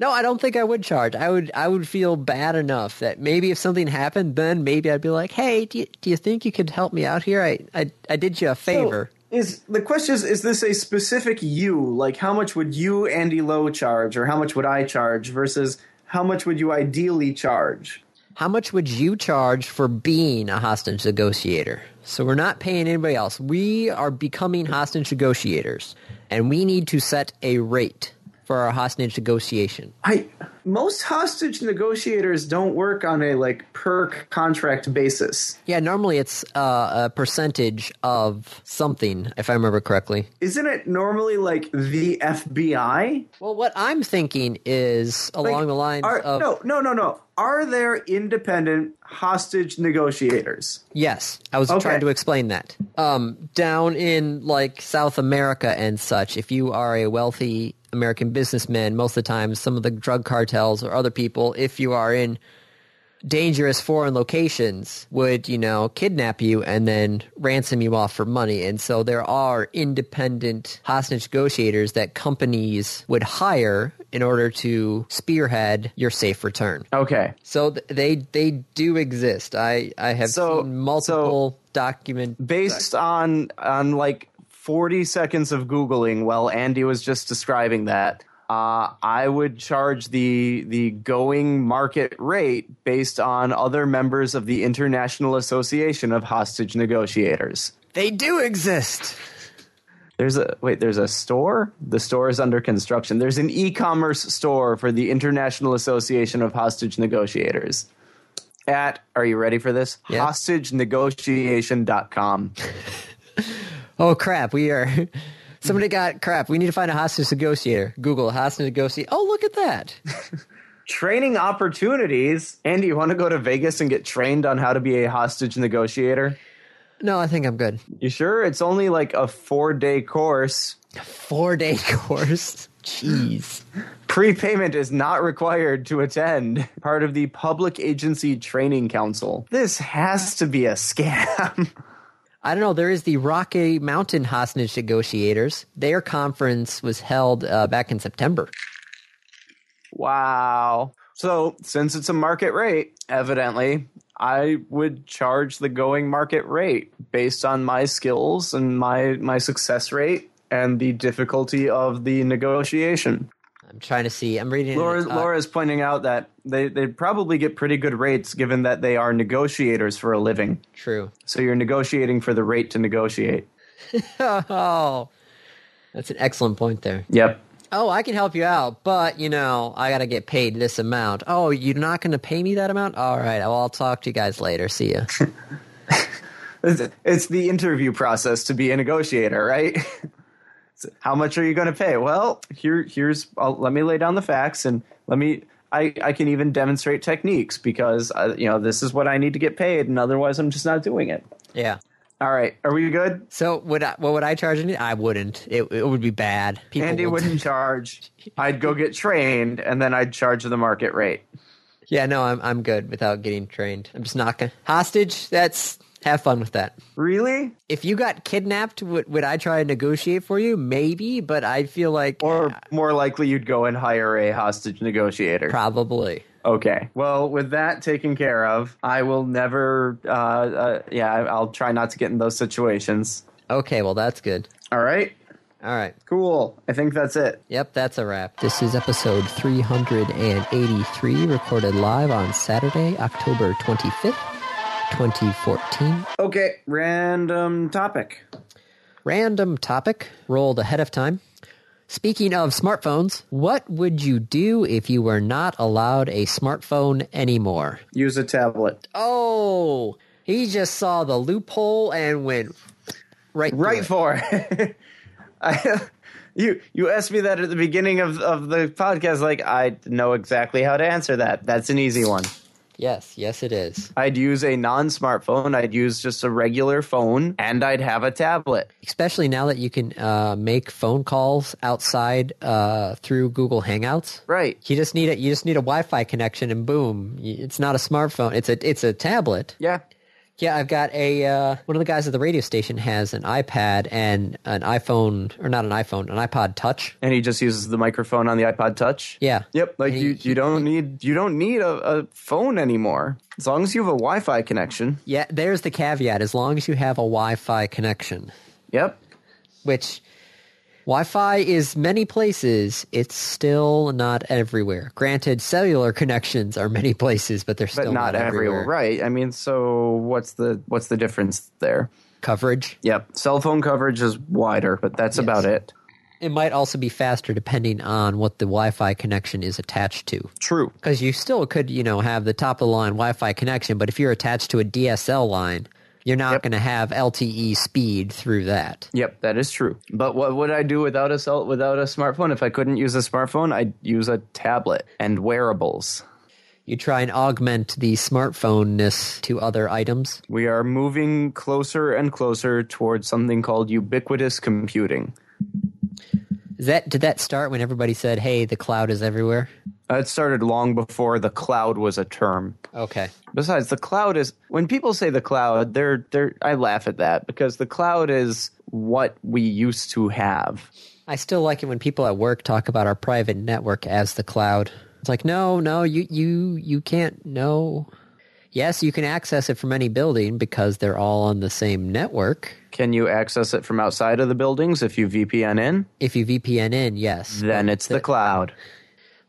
Speaker 1: No, I don't think I would charge. I would I would feel bad enough that maybe if something happened, then maybe I'd be like, "Hey, do you, do you think you could help me out here? I I, I did you a favor."
Speaker 2: Is the question is is this a specific you? Like how much would you Andy Lowe charge or how much would I charge versus how much would you ideally charge?
Speaker 1: How much would you charge for being a hostage negotiator? So we're not paying anybody else. We are becoming hostage negotiators, and we need to set a rate for our hostage negotiation.
Speaker 2: I most hostage negotiators don't work on a like per contract basis.
Speaker 1: Yeah, normally it's uh, a percentage of something, if I remember correctly.
Speaker 2: Isn't it normally like the FBI?
Speaker 1: Well, what I'm thinking is along
Speaker 2: Like,
Speaker 1: the lines
Speaker 2: are,
Speaker 1: of
Speaker 2: no, no, no, no. Are there independent hostage negotiators?
Speaker 1: yes, I was trying to explain that. Um, down in like South America and such, if you are a wealthy American businessman, most of the time, some of the drug cartels or other people, if you are in dangerous foreign locations, would you know kidnap you and then ransom you off for money. And so there are independent hostage negotiators that companies would hire in order to spearhead your safe return.
Speaker 2: Okay.
Speaker 1: So th- they they do exist. I I have
Speaker 2: So-
Speaker 1: seen multiple document.
Speaker 2: Based on on like 40 seconds of googling while Andy was just describing that, uh, I would charge the the going market rate based on other members of the International Association of Hostage Negotiators.
Speaker 1: They do exist.
Speaker 2: There's a wait. There's a store. The store is under construction. There's an e-commerce store for the International Association of Hostage Negotiators. At are you ready for this?
Speaker 1: Yeah.
Speaker 2: HostageNegotiation.com.
Speaker 1: Oh crap! We are. Somebody got crap. We need to find a hostage negotiator. Google hostage negotiator. Oh look at that.
Speaker 2: Training opportunities. Andy, you want to go to Vegas and get trained on how to be a hostage negotiator?
Speaker 1: No, I think I'm good.
Speaker 2: You sure? It's only like a four-day course.
Speaker 1: Four day course. Jeez.
Speaker 2: Prepayment is not required to attend. Part of the Public Agency Training Council. This has to be a scam.
Speaker 1: I don't know. There is the Rocky Mountain hostage negotiators. Their conference was held uh, back in September.
Speaker 2: Wow. So, since it's a market rate, evidently, I would charge the going market rate based on my skills and my my success rate and the difficulty of the negotiation.
Speaker 1: I'm trying to see. I'm reading.
Speaker 2: Laura
Speaker 1: uh,
Speaker 2: Laura is pointing out that they they'd probably get pretty good rates given that they are negotiators for a living.
Speaker 1: True.
Speaker 2: So you're negotiating for the rate to negotiate.
Speaker 1: Oh, that's an excellent point there.
Speaker 2: Yep.
Speaker 1: Oh, I can help you out, but you know, I gotta get paid this amount. Oh, you're not gonna pay me that amount? All right, well, I'll talk to you guys later. See ya.
Speaker 2: It's it's the interview process to be a negotiator, right? It's, How much are you going to pay? Well, here, here's. I'll, let me lay down the facts, and let me. I, I can even demonstrate techniques because uh, you know this is what I need to get paid, and otherwise I'm just not doing it.
Speaker 1: yeah.
Speaker 2: All right, are we good?
Speaker 1: So would I, what would I charge? Any? I wouldn't. It, it would be bad. People
Speaker 2: Andy
Speaker 1: would-
Speaker 2: wouldn't charge. I'd go get trained, and then I'd charge the market rate.
Speaker 1: Yeah, no, I'm I'm good without getting trained. I'm just not gonna hostage. That's have fun with that.
Speaker 2: Really?
Speaker 1: If you got kidnapped, would would I try to negotiate for you? Maybe, but I feel like
Speaker 2: Or more likely, you'd go and hire a hostage negotiator.
Speaker 1: probably.
Speaker 2: Okay. Well, with that taken care of, I will never. Uh, uh, yeah, I- I'll try not to get in those situations.
Speaker 1: Okay, well, that's good.
Speaker 2: All right.
Speaker 1: All right.
Speaker 2: Cool. I think that's it.
Speaker 1: Yep, that's a wrap. This is episode 383, recorded live on Saturday, October 25th, 2014.
Speaker 2: Okay. Random topic.
Speaker 1: Random topic, rolled ahead of time. Speaking of smartphones, what would you do if you were not allowed a smartphone anymore?
Speaker 2: Use a tablet.
Speaker 1: Oh, he just saw the loophole and went right through
Speaker 2: Right
Speaker 1: it.
Speaker 2: for it. I, you you asked me that at the beginning of of the podcast. Like I know exactly how to answer that. That's an easy one.
Speaker 1: Yes, yes, it is.
Speaker 2: I'd use a non-smartphone. I'd use just a regular phone, and I'd have a tablet.
Speaker 1: Especially now that you can uh, make phone calls outside uh, through Google Hangouts.
Speaker 2: Right.
Speaker 1: You just need a you just need a Wi-Fi connection, and boom, y- it's not a smartphone. It's a it's a tablet.
Speaker 2: Yeah.
Speaker 1: Yeah, I've got a uh, one of the guys at the radio station has an iPad and an iPhone, or not an iPhone, an iPod Touch.
Speaker 2: and he just uses the microphone on the iPod Touch.
Speaker 1: Yeah.
Speaker 2: Yep, like
Speaker 1: He-
Speaker 2: you, you don't need you don't need a, a phone anymore as long as you have a Wi-Fi connection.
Speaker 1: Yeah, there's the caveat. As long as you have a Wi-Fi connection,
Speaker 2: Yep,
Speaker 1: which Wi-Fi is many places, it's still not everywhere. Granted, cellular connections are many places, but they're
Speaker 2: but
Speaker 1: still
Speaker 2: not everywhere, right? I mean, so what's the what's the difference there?
Speaker 1: Coverage.
Speaker 2: Yep, cell phone coverage is wider, but that's about it.
Speaker 1: It might also be faster depending on what the Wi-Fi connection is attached to.
Speaker 2: True.
Speaker 1: Because you still could, you know, have the top of the line Wi-Fi connection, but if you're attached to a DSL line, you're not going to have LTE speed through that.
Speaker 2: Yep, that is true. But what would I do without a cell without a smartphone? If I couldn't use a smartphone, I'd use a tablet and wearables.
Speaker 1: You try and augment the smartphoneness to other items.
Speaker 2: We are moving closer and closer towards something called ubiquitous computing.
Speaker 1: Is that did that start when everybody said, "Hey, the cloud is everywhere"?
Speaker 2: Uh, It started long before the cloud was a term.
Speaker 1: Okay.
Speaker 2: Besides, the cloud is when people say the cloud, they're they're I laugh at that because the cloud is what we used to have.
Speaker 1: I still like it when people at work talk about our private network as the cloud. It's like, no, no, you, you, you can't. No. Yes, you can access it from any building because they're all on the same network.
Speaker 2: Can you access it from outside of the buildings if you VPN in?
Speaker 1: If you VPN in, yes.
Speaker 2: Then it's the cloud.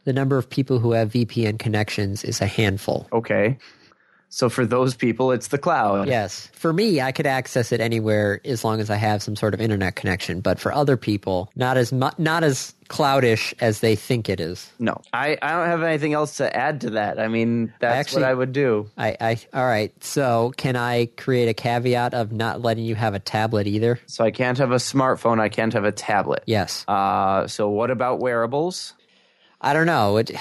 Speaker 1: The number of people who have VPN connections is a handful.
Speaker 2: Okay. So for those people, it's the cloud.
Speaker 1: Yes. For me, I could access it anywhere as long as I have some sort of internet connection. But for other people, not as mu- not as cloudish as they think it is.
Speaker 2: No, I, I don't have anything else to add to that. I mean, that's
Speaker 1: Actually-
Speaker 2: what I would do.
Speaker 1: I, I all right. So can I create a caveat of not letting you have a tablet either?
Speaker 2: So I can't have a smartphone. I can't have a tablet.
Speaker 1: Yes.
Speaker 2: Uh, so what about wearables?
Speaker 1: I don't know. It,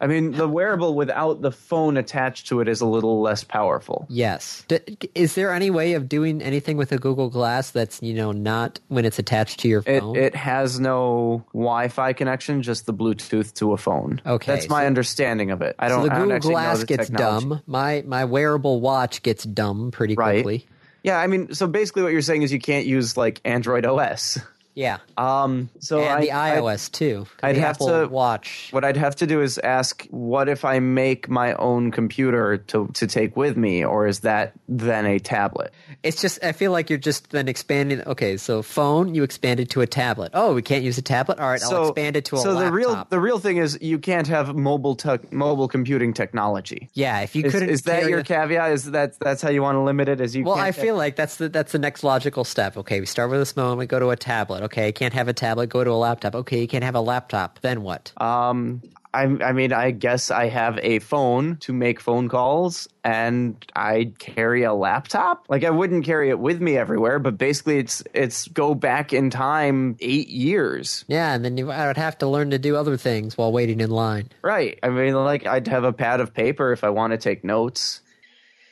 Speaker 2: I mean, the wearable without the phone attached to it is a little less powerful.
Speaker 1: yes. D- is there any way of doing anything with a Google Glass that's you know not when it's attached to your
Speaker 2: It
Speaker 1: phone?
Speaker 2: it has no Wi-Fi connection, just the Bluetooth to a phone.
Speaker 1: Okay,
Speaker 2: that's my
Speaker 1: so-
Speaker 2: understanding of it. I don't.
Speaker 1: so the
Speaker 2: Oh, I don't
Speaker 1: Google
Speaker 2: actually know
Speaker 1: Glass
Speaker 2: the
Speaker 1: gets
Speaker 2: technology.
Speaker 1: dumb. My my wearable watch gets dumb pretty
Speaker 2: right?
Speaker 1: quickly.
Speaker 2: Yeah, I mean, so basically, what you're saying is you can't use like Android OS.
Speaker 1: Yeah,
Speaker 2: Um, so
Speaker 1: and
Speaker 2: I,
Speaker 1: the
Speaker 2: I-
Speaker 1: iOS too. 'cause
Speaker 2: I'd
Speaker 1: the
Speaker 2: have
Speaker 1: Apple
Speaker 2: to-
Speaker 1: watch.
Speaker 2: what I'd have to do is ask, what if I make my own computer to, to take with me, or is that then a tablet?
Speaker 1: It's just I feel like you're just then expanding. Okay, so phone you expanded to a tablet. Oh, we can't use a tablet. All right, I'll expand it to a
Speaker 2: so
Speaker 1: laptop.
Speaker 2: the real the real thing is you can't have mobile tech mobile computing technology.
Speaker 1: yeah, if you
Speaker 2: Is,
Speaker 1: couldn't,
Speaker 2: is that
Speaker 1: carry
Speaker 2: your
Speaker 1: a-
Speaker 2: caveat? Is that that's how you want to limit it? Is you
Speaker 1: Well,
Speaker 2: can't
Speaker 1: I feel like that's the that's the next logical step. Okay, we start with a phone, we go to a tablet. Okay, you can't have a tablet, go to a laptop. Okay, you can't have a laptop. Then what?
Speaker 2: Um, I, I mean, I guess I have a phone to make phone calls, and I carry a laptop. Like I wouldn't carry it with me everywhere, but basically, it's it's go back in time eight years,
Speaker 1: yeah, and then you, I would have to learn to do other things while waiting in line.
Speaker 2: right? I mean, like I'd have a pad of paper if I want to take notes.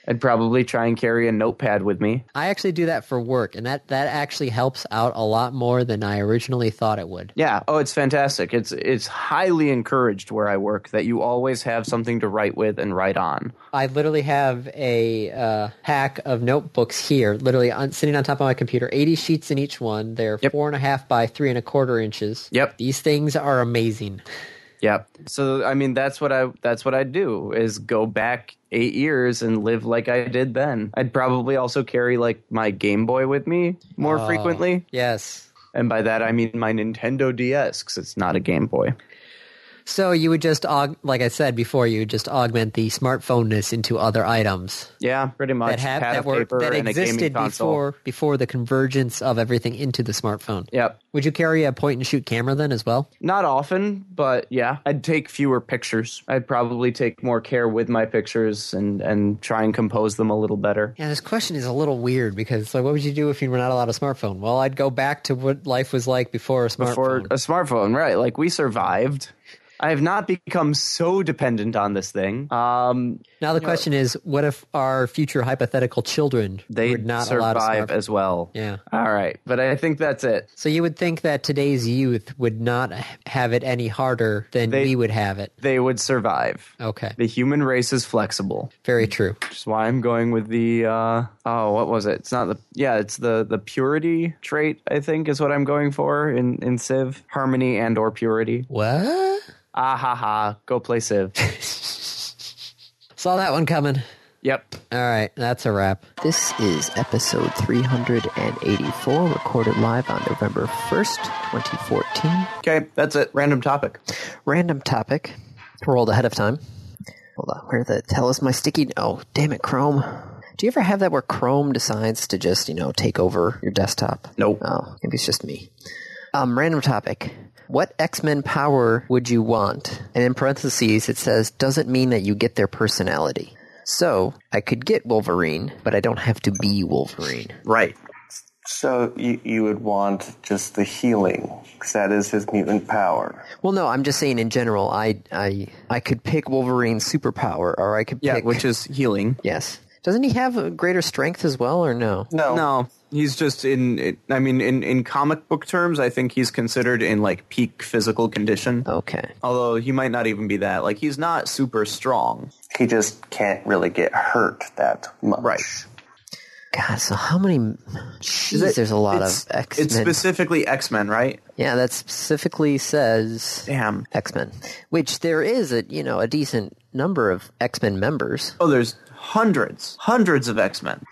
Speaker 2: I'd probably try and carry a notepad with me.
Speaker 1: I actually do that for work, and that that actually helps out a lot more than I originally thought it would.
Speaker 2: Yeah. Oh, it's fantastic. It's it's highly encouraged where I work that you always have something to write with and write on.
Speaker 1: I literally have a uh, pack of notebooks here, literally on, sitting on top of my computer. Eighty sheets in each one. They're four and a half by three and a quarter inches.
Speaker 2: Yep.
Speaker 1: These things are amazing.
Speaker 2: Yeah. So I mean that's what I that's what I'd do is go back 8 years and live like I did then. I'd probably also carry like my Game Boy with me more
Speaker 1: Oh,
Speaker 2: frequently,
Speaker 1: yes.
Speaker 2: and by that I mean my Nintendo DS cuz it's not a Game Boy.
Speaker 1: So you would just, aug- like I said before, you would just augment the smartphoneness into other items
Speaker 2: Yeah, pretty much.
Speaker 1: that have
Speaker 2: Pad
Speaker 1: that
Speaker 2: of
Speaker 1: were
Speaker 2: paper
Speaker 1: that
Speaker 2: and a gaming
Speaker 1: existed
Speaker 2: console.
Speaker 1: before before the convergence of everything into the smartphone.
Speaker 2: Yep.
Speaker 1: Would you carry a point and shoot camera then as well?
Speaker 2: Not often, but yeah, I'd take fewer pictures. I'd probably take more care with my pictures and and try and compose them a little better.
Speaker 1: Yeah, this question is a little weird because it's like, what would you do if you were not allowed a smartphone? Well, I'd go back to what life was like before a smartphone.
Speaker 2: uh, For a smartphone, right? Like we survived. I have not become so dependent on this thing. Um,
Speaker 4: Now the question is, what if our future hypothetical children
Speaker 2: they
Speaker 4: were not allowed
Speaker 2: survive
Speaker 4: to smartphone?
Speaker 2: as well.
Speaker 4: Yeah.
Speaker 2: All right, but I think that's it.
Speaker 4: So you would think that today's youth would not have it any harder than
Speaker 2: They-
Speaker 4: we would have it.
Speaker 2: They would survive.
Speaker 4: Okay,
Speaker 2: The human race is flexible,
Speaker 4: very true.
Speaker 2: which is why I'm going with the uh, oh, what was it? It's not the yeah, it's the the purity trait. I think is what I'm going for in in Civ harmony and or purity.
Speaker 4: What?
Speaker 2: Ah ha ha! Go play Civ.
Speaker 4: Saw that one coming.
Speaker 2: yep.
Speaker 4: All right, that's a wrap.
Speaker 1: This is episode 384, recorded live on November 1st, 2014.
Speaker 2: Okay, that's it. Random topic.
Speaker 1: Random topic.
Speaker 4: Rolled ahead of time.
Speaker 1: Hold on, where the hell is my sticky? Oh, damn it, Chrome. Do you ever have that where Chrome decides to just, you know, take over your desktop?
Speaker 2: Nope.
Speaker 1: Oh, maybe it's just me. Um, random topic. What X Men power would you want? And in parentheses, it says, doesn't mean that you get their personality. So, I could get Wolverine, but I don't have to be Wolverine.
Speaker 2: Right.
Speaker 5: So you, you would want just the healing, because that is his mutant power.
Speaker 1: Well, no, I'm just saying in general, I I I could pick Wolverine's superpower, or I could
Speaker 2: Yeah,
Speaker 1: pick
Speaker 2: which is healing.
Speaker 1: yes. Doesn't he have a greater strength as well, or no?
Speaker 5: No,
Speaker 2: No, he's just in. I mean, in in comic book terms, I think he's considered in like peak physical condition.
Speaker 1: Okay,
Speaker 2: Although he might not even be that. Like he's not super strong.
Speaker 5: he just can't really get hurt that much.
Speaker 1: God, so how many? Jeez, there's a lot of
Speaker 2: It's-
Speaker 1: X
Speaker 2: It's
Speaker 1: Men.
Speaker 2: specifically X Men, right?
Speaker 1: yeah, that specifically says
Speaker 2: Damn.
Speaker 1: X Men, which there is a you know a decent number of X Men members.
Speaker 2: Oh, there's hundreds, hundreds of X Men.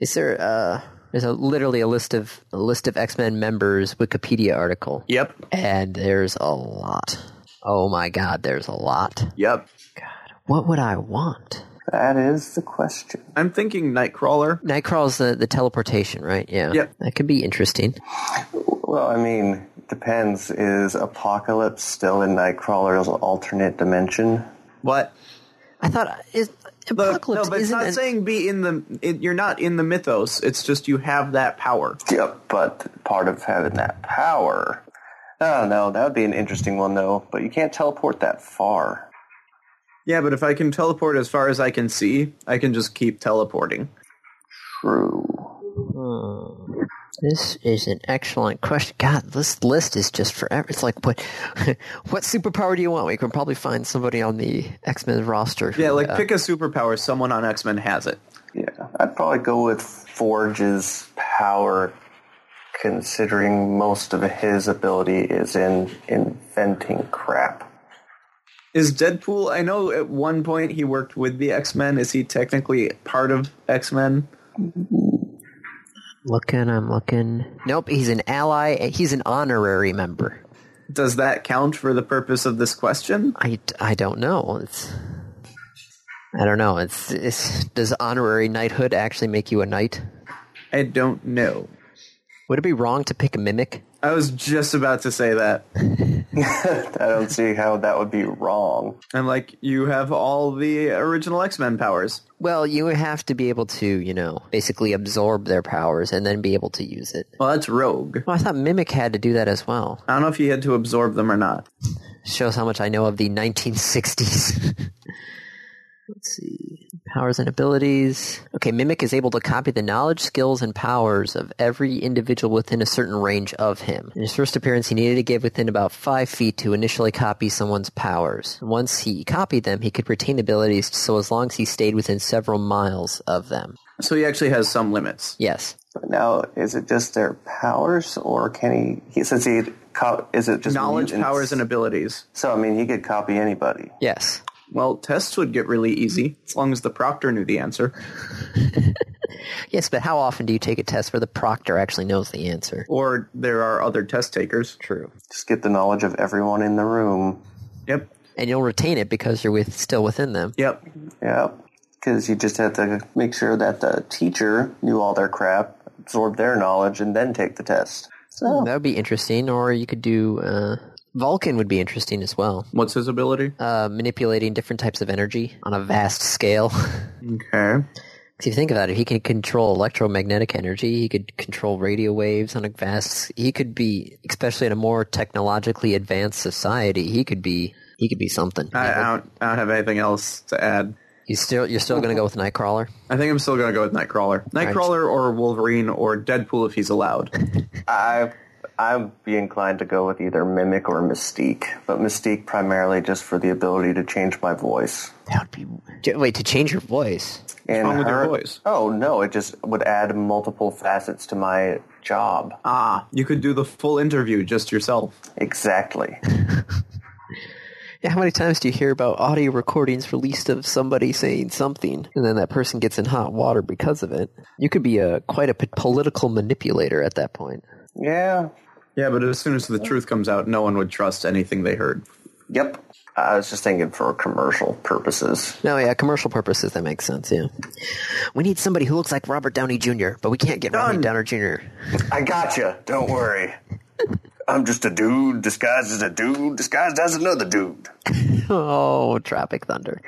Speaker 1: Is there? Uh, there's a, literally a list of a list of X Men members Wikipedia article,
Speaker 2: Yep.
Speaker 1: and there's a lot. Oh my God, there's a lot.
Speaker 2: Yep.
Speaker 1: What would I want?
Speaker 5: That is the question.
Speaker 2: I'm thinking Nightcrawler.
Speaker 1: Nightcrawl's the, the teleportation, right? Yeah.
Speaker 2: Yep.
Speaker 1: That could be interesting.
Speaker 5: Well, I mean, depends. Is Apocalypse still in Nightcrawler's alternate dimension?
Speaker 2: What?
Speaker 1: I thought is
Speaker 2: Look,
Speaker 1: Apocalypse
Speaker 2: no, but it's
Speaker 1: isn't
Speaker 2: not
Speaker 1: an-
Speaker 2: saying be in the. It, you're not in the mythos. It's just you have that power.
Speaker 5: Yep, but part of having that power. Oh no, that would be an interesting one though. But you can't teleport that far.
Speaker 2: Yeah, but if I can teleport as far as I can see, I can just keep teleporting.
Speaker 5: True.
Speaker 1: Hmm. this is an excellent question. God, this list is just forever. It's like what what superpower do you want? We can probably find somebody on the X Men roster. who,
Speaker 2: Yeah, like
Speaker 1: uh,
Speaker 2: pick a superpower. Someone on X Men has it.
Speaker 5: Yeah, I'd probably go with Forge's power, considering most of his ability is in inventing crap.
Speaker 2: Is Deadpool? I know at one point he worked with the X Men. Is he technically part of X Men?
Speaker 1: looking, I'm looking. Nope, he's an ally. He's an honorary member.
Speaker 2: Does that count for the purpose of this question?
Speaker 1: I, I don't know. It's I don't know. It's, it's does honorary knighthood actually make you a knight?
Speaker 2: I don't know.
Speaker 1: Would it be wrong to pick a mimic?
Speaker 2: I was just about to say that.
Speaker 5: I don't see how that would be wrong.
Speaker 2: I'm like, you have all the original X Men powers.
Speaker 1: Well, you have to be able to, you know, basically absorb their powers and then be able to use it.
Speaker 2: Well, that's Rogue.
Speaker 1: Well, I thought Mimic had to do that as well.
Speaker 2: I don't know if he had to absorb them or not.
Speaker 1: Shows how much I know of the 1960s. Let's see. Powers and abilities. Okay, Mimic is able to copy the knowledge, skills, and powers of every individual within a certain range of him. In his first appearance, he needed to get within about five feet to initially copy someone's powers. Once he copied them, he could retain abilities so as long as he stayed within several miles of them.
Speaker 2: So he actually has some limits.
Speaker 1: Yes.
Speaker 5: Now, is it just their powers, or can he? he since he co- is it just
Speaker 2: Knowledge,
Speaker 5: mutants?
Speaker 2: powers, and abilities.
Speaker 5: so I mean, he could copy anybody.
Speaker 1: Yes.
Speaker 2: Well, tests would get really easy as long as the proctor knew the answer.
Speaker 1: Yes, but how often do you take a test where the proctor actually knows the answer?
Speaker 2: Or there are other test takers.
Speaker 1: True.
Speaker 5: Just get the knowledge of everyone in the room.
Speaker 2: Yep.
Speaker 1: And you'll retain it because you're with still within them.
Speaker 2: Yep.
Speaker 5: Yep. Because you just have to make sure that the teacher knew all their crap, absorb their knowledge, and then take the test. So
Speaker 1: That would be interesting. Or you could do uh, Vulcan would be interesting as well.
Speaker 2: What's his ability?
Speaker 1: Uh, manipulating different types of energy on a vast scale.
Speaker 2: Okay.
Speaker 1: If you think about it, he can control electromagnetic energy. He could control radio waves on a vast. He could be, especially in a more technologically advanced society, he could be. He could be something.
Speaker 2: I, I, don't, I don't have anything else to add.
Speaker 1: you still, you're still going to go with Nightcrawler.
Speaker 2: I think I'm still going to go with Nightcrawler. Nightcrawler or Wolverine or Deadpool if he's allowed.
Speaker 5: I I'd be inclined to go with either Mimic or Mystique, but Mystique primarily just for the ability to change my voice.
Speaker 1: That would be. J- Wait to change your voice.
Speaker 5: And
Speaker 2: wrong with your voice?
Speaker 5: Oh no, it just would add multiple facets to my job.
Speaker 2: Ah, you could do the full interview just yourself.
Speaker 5: Exactly.
Speaker 1: Yeah, how many times do you hear about audio recordings released of somebody saying something, and then that person gets in hot water because of it? You could be a quite a p- political manipulator at that point.
Speaker 5: Yeah.
Speaker 2: Yeah, but as soon as the truth comes out, no one would trust anything they heard.
Speaker 5: Yep. I was just thinking for commercial purposes.
Speaker 1: No, yeah, commercial purposes that makes sense. Yeah, we need somebody who looks like Robert Downey Jr., but we can't get Robert Downey Jr.
Speaker 5: I gotcha. Don't worry. I'm just a dude disguised as a dude disguised as another dude.
Speaker 1: Oh, Tropic Thunder.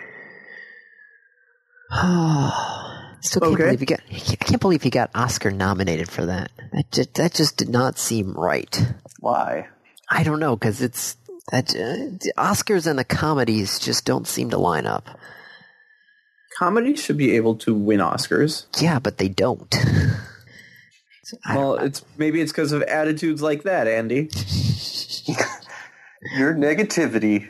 Speaker 1: Still can't
Speaker 2: Okay.
Speaker 1: believe he got. I can't believe he got Oscar nominated for that. That just, that just did not seem right.
Speaker 5: Why?
Speaker 1: I don't know because it's that uh, the Oscars and the comedies just don't seem to line up.
Speaker 2: Comedy should be able to win Oscars.
Speaker 1: Yeah, but they don't.
Speaker 2: Well, it's maybe it's because of attitudes like that, Andy.
Speaker 5: Your negativity.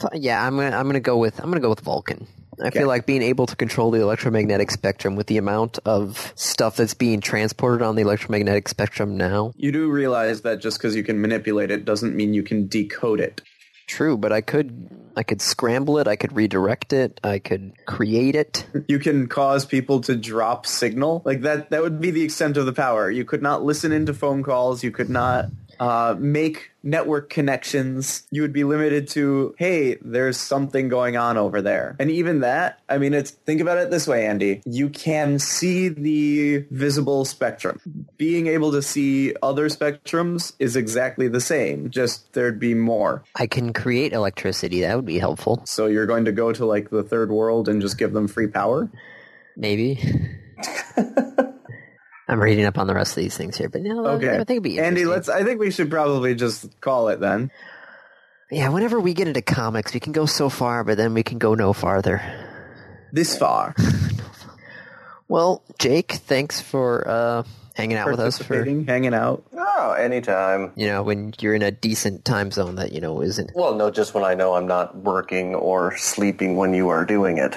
Speaker 1: F- Yeah, I'm gonna I'm gonna go with I'm gonna go with Vulcan. I feel like being able to control the electromagnetic spectrum with the amount of stuff that's being transported on the electromagnetic spectrum now.
Speaker 2: You do realize that just because you can manipulate it doesn't mean you can decode it.
Speaker 1: True, but I could I could scramble it, I could redirect it, I could create it.
Speaker 2: You can cause people to drop signal like that. That would be the extent of the power. You could not listen into phone calls. You could not uh, make network connections. You would be limited to hey, there's something going on over there. And even that, I mean, it's think about it this way, Andy. You can see the visible spectrum. Being able to see other spectrums is exactly the same. Just there'd be more.
Speaker 1: I can create electricity. That would be helpful.
Speaker 2: So you're going to go to like the third world and just give them free power?
Speaker 1: Maybe. I'm reading up on the rest of these things here, but no,
Speaker 2: Okay.
Speaker 1: I think it'd be interesting.
Speaker 2: Andy, let's I think we should probably just call it then.
Speaker 1: Yeah, whenever we get into comics, we can go so far, but then we can go no farther.
Speaker 2: This far.
Speaker 1: Well, Jake, thanks for uh, hanging out with us for
Speaker 2: Participating, hanging out.
Speaker 5: Oh, anytime.
Speaker 1: you know when you're in a decent time zone that you know isn't
Speaker 5: Well, no, just when I know I'm not working or sleeping when you are doing it.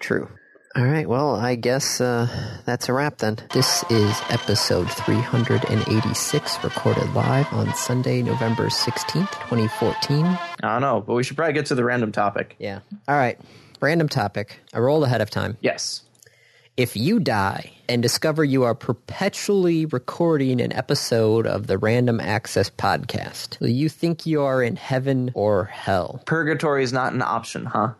Speaker 1: True. All right, well, I guess uh, that's a wrap then.
Speaker 6: This is episode 386, recorded live on Sunday, November 16th, 2014.
Speaker 7: I don't know, but we should probably get to the random topic.
Speaker 6: Yeah. All right. Random topic. I rolled ahead of time.
Speaker 7: Yes.
Speaker 6: If you die and discover you are perpetually recording an episode of the Random Access Podcast, will you think you are in heaven or hell?
Speaker 7: Purgatory is not an option, huh?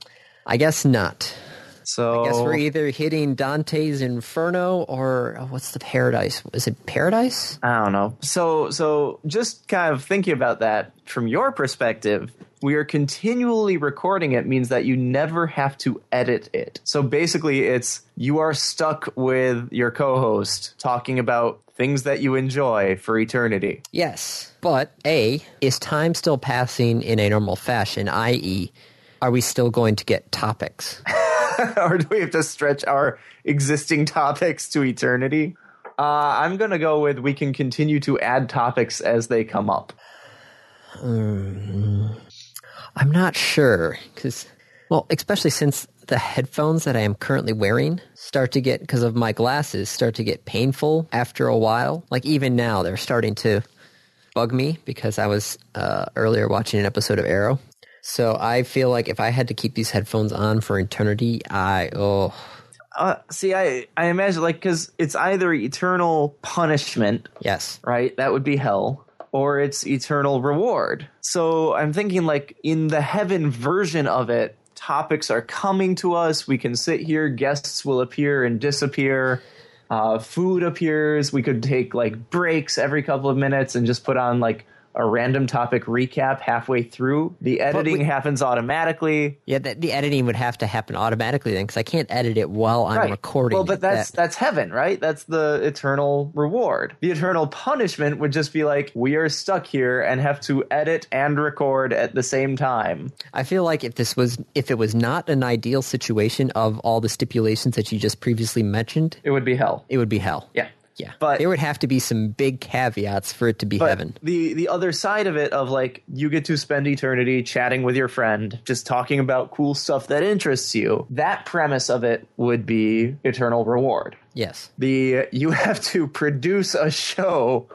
Speaker 6: I guess not.
Speaker 7: So
Speaker 6: I guess
Speaker 2: Oh.
Speaker 1: e-
Speaker 6: we're either hitting Dante's Inferno or oh, what's the paradise? Is it paradise?
Speaker 7: I don't know. So so just kind of thinking about that from your perspective, we are continually recording it means that you never have to edit it. So basically it's you are stuck with your co-host talking about things that you enjoy for eternity.
Speaker 6: Yes. But A, is time still passing in a normal fashion, i.e., are we still going to get topics?
Speaker 7: or do we have to stretch our existing topics to eternity? Uh, I'm going to go with we can continue to add topics as they come up.
Speaker 6: I'm not sure because, well, especially since the headphones that I am currently wearing start to get because of my glasses start to get painful after a while. Like even now, they're starting to bug me because I was uh, earlier watching an episode of Arrow. So I feel like if I had to keep these headphones on for eternity, I oh
Speaker 7: Uh, see, I, I imagine, like, because it's either eternal punishment,
Speaker 6: yes,
Speaker 7: right? That would be hell, or it's eternal reward. So I'm thinking, like, in the heaven version of it, topics are coming to us. We can sit here, guests will appear and disappear. Uh, food appears. We could take like breaks every couple of minutes and just put on like a
Speaker 2: a random topic recap halfway through. The editing
Speaker 1: we-
Speaker 2: happens automatically.
Speaker 1: Yeah, that, the editing would have to happen automatically then, because I can't edit it while I'm recording.
Speaker 2: Well, but
Speaker 1: it.
Speaker 2: that's
Speaker 1: That-
Speaker 2: that's heaven, right? That's the eternal reward. The eternal punishment would just be like we are stuck here and have to edit and record at the same time.
Speaker 1: I feel like if this was, if it was not an ideal situation of all the stipulations that you just previously mentioned,
Speaker 2: It would be hell.
Speaker 1: it would be hell.
Speaker 2: Yeah.
Speaker 1: yeah.
Speaker 2: But-
Speaker 1: there would have to be some big caveats for it to be
Speaker 2: But
Speaker 1: heaven.
Speaker 2: the the other side of it of like you get to spend eternity chatting with your friend, just talking about cool stuff that interests you. That premise of it would be eternal reward.
Speaker 1: Yes.
Speaker 2: The you have to produce a show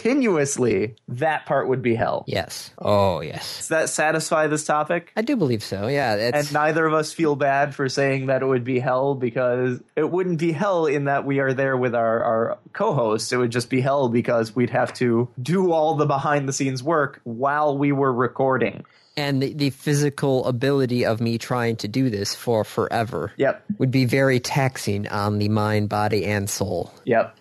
Speaker 2: continuously. That part would be hell.
Speaker 1: Yes. Oh, yes.
Speaker 2: Does that satisfy this topic?
Speaker 1: I do believe so. Yeah. It's,
Speaker 2: and neither of us feel bad for saying that it would be hell because it wouldn't be hell in that we are there with our, our co-host it would just be hell because we'd have to do all the behind the scenes work while we were recording
Speaker 1: and the, the physical ability of me trying to do this for forever
Speaker 2: yep
Speaker 1: would be very taxing on the mind, body, and soul.
Speaker 2: yep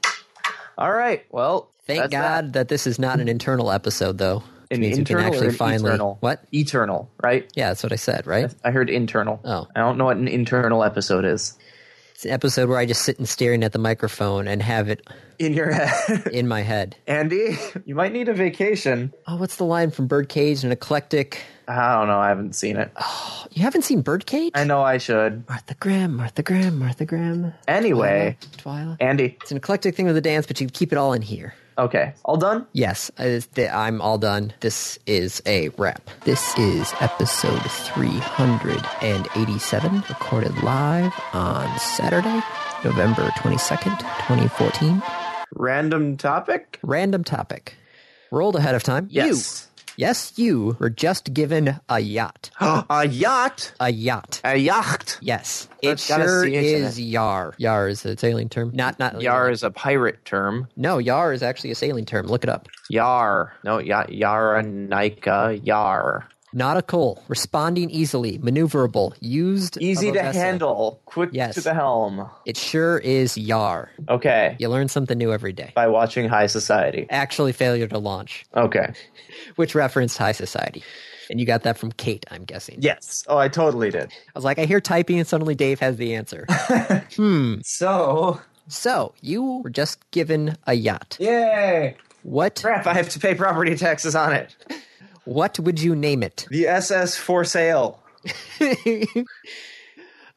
Speaker 2: all right well
Speaker 1: Thank
Speaker 2: that's
Speaker 1: God that. this is not an internal episode, though.
Speaker 2: that.
Speaker 1: Which
Speaker 2: an
Speaker 1: means
Speaker 2: internal
Speaker 1: we can actually
Speaker 2: or an
Speaker 1: finally
Speaker 2: eternal
Speaker 1: what?
Speaker 2: eternal right
Speaker 1: Yeah, that's what I said, right?
Speaker 2: i heard internal
Speaker 1: Oh.
Speaker 2: i don't know what an internal episode is
Speaker 1: It's an episode where I just sit and staring at the microphone and have it
Speaker 2: in your head
Speaker 1: in my head.
Speaker 2: andy you might need a vacation
Speaker 1: Oh, what's the line from Birdcage and Eclectic?
Speaker 2: i don't know i haven't seen it
Speaker 1: You haven't seen Birdcage?
Speaker 2: i know i should
Speaker 1: Martha Graham, Martha Graham, Martha Graham.
Speaker 2: anyway
Speaker 1: Twyla.
Speaker 2: andy
Speaker 1: It's an eclectic thing with the dance, but you keep it all in here.
Speaker 2: Okay. All done?
Speaker 1: Yes, I- th- I'm all done. This is a wrap. This is episode 387, recorded live on Saturday, November 22nd, 2014.
Speaker 2: Random topic?
Speaker 1: Random topic. Rolled ahead of time.
Speaker 2: Yes.
Speaker 1: You. Yes, you were just given a yacht.
Speaker 2: a yacht.
Speaker 1: A yacht.
Speaker 2: A yacht.
Speaker 1: Yes. It
Speaker 2: That's got a
Speaker 1: sure
Speaker 2: CH in
Speaker 1: is yar. Yar is a sailing term. Not not
Speaker 2: Yar is a pirate term.
Speaker 1: No, yar is actually a sailing term. Look it up.
Speaker 2: Yar. No, ya- Yara Nika. Yar.
Speaker 1: Nautical, responding easily, maneuverable, used.
Speaker 2: Easy
Speaker 1: of a
Speaker 2: to
Speaker 1: vessel.
Speaker 2: handle. Quick
Speaker 1: Yes.
Speaker 2: to the helm.
Speaker 1: It sure is yar.
Speaker 2: Okay.
Speaker 1: You learn something new every day.
Speaker 2: By watching High Society.
Speaker 1: Actually, failure to launch,
Speaker 2: Okay.
Speaker 1: which referenced high society. And you got that from Kate, I'm guessing.
Speaker 2: Yes. Oh, I totally did.
Speaker 1: I was like, I hear typing, and suddenly Dave has the answer.
Speaker 2: So,
Speaker 1: so, you were just given a yacht.
Speaker 2: yay.
Speaker 1: What
Speaker 2: Crap, I have to pay property taxes on it.
Speaker 1: what would you name it?
Speaker 2: The SS for sale.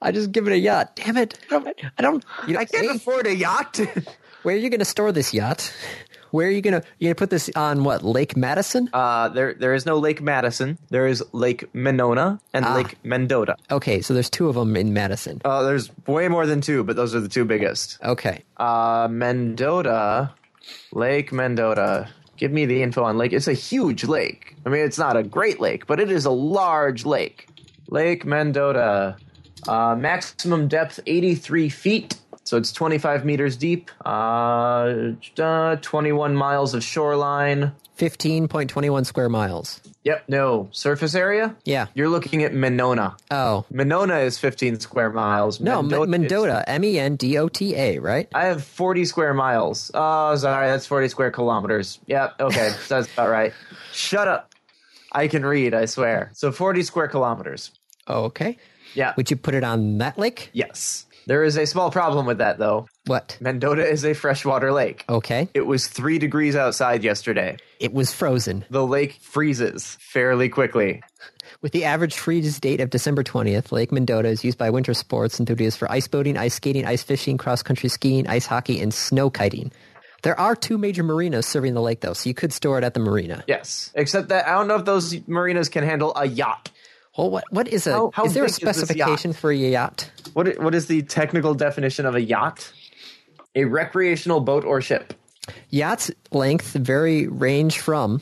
Speaker 1: I just give it a yacht. Damn it. I don't. I, don't, you know,
Speaker 2: I can't
Speaker 1: hey,
Speaker 2: afford a yacht.
Speaker 1: where are you going to store this yacht? Where are you going to you going to put this on what? Lake Madison?
Speaker 2: Uh, there, there is no Lake Madison. There is Lake Monona and Lake Mendota.
Speaker 1: Okay, so there's two of them in Madison.
Speaker 2: Ah. Uh, there's way more than two, but those are the two biggest.
Speaker 1: Okay.
Speaker 2: Uh, Mendota, Lake Mendota. Give me the info on Lake. It's a huge lake. I mean, it's not a great lake, but it is a large lake. Lake Mendota. Uh, maximum depth 83 feet. So it's 25 meters deep. Uh, uh, 21 miles of shoreline.
Speaker 1: 15.21 square miles.
Speaker 2: Yep, no. Surface area?
Speaker 1: Yeah.
Speaker 2: You're looking at Monona.
Speaker 1: Oh.
Speaker 2: Monona is 15 square miles.
Speaker 1: No,
Speaker 2: Mendota
Speaker 1: M-
Speaker 2: is-
Speaker 1: Mendota, M E N D O T A, right?
Speaker 2: I have 40 square miles. Oh, sorry, that's 40 square kilometers. Yeah, okay, that's about right. Shut up. I can read, I swear. So 40 square kilometers.
Speaker 1: Okay.
Speaker 2: Yeah.
Speaker 1: Would you put it on that lake?
Speaker 2: yes. There is a small problem with that, though.
Speaker 1: What?
Speaker 2: Mendota is a freshwater lake.
Speaker 1: Okay.
Speaker 2: It was three degrees outside yesterday.
Speaker 1: It was frozen
Speaker 2: The lake freezes fairly quickly.
Speaker 1: With the average freeze date of December 20th, Lake Mendota is used by winter sports enthusiasts for ice boating, ice skating, ice fishing, cross country skiing, ice hockey, and snow kiting. There are two major marinas serving the lake, though, so you could store it at the marina.
Speaker 2: Yes. Except that I don't know if those marinas can handle a yacht.
Speaker 1: Well, what what is a
Speaker 2: How- how
Speaker 1: is there a
Speaker 2: big is this
Speaker 1: specification for a yacht?
Speaker 2: What i- what is the technical definition of a yacht? A recreational boat or ship.
Speaker 1: Yachts length vary range from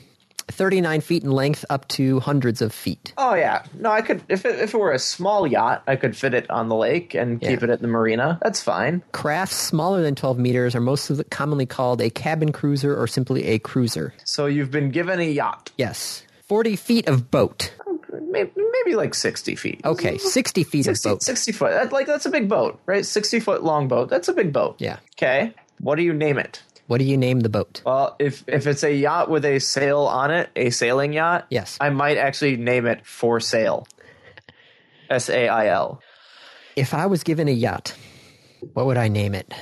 Speaker 1: 39 feet in length up to hundreds of feet.
Speaker 2: Oh yeah, no, I could if it, if it were a small yacht, I could fit it on the lake and keep it at the marina. That's fine.
Speaker 1: Crafts smaller than 12 meters are most of the- commonly called a cabin cruiser or simply a cruiser.
Speaker 2: So you've been given a yacht,
Speaker 1: Yes. 40 feet of boat.
Speaker 2: maybe, maybe like sixty feet.
Speaker 1: Okay, 60 feet
Speaker 2: 60,
Speaker 1: of boat.
Speaker 2: 60 foot. That, like that's a big boat, right? Sixty foot long boat. That's a big boat.
Speaker 1: Yeah.
Speaker 2: Okay. What do you name it?
Speaker 1: What do you name the boat?
Speaker 2: Well, if if it's a yacht with a sail on it, a sailing yacht,
Speaker 1: Yes.
Speaker 2: I might actually name it for sale. S A I L.
Speaker 1: If I was given a yacht, what would I name it?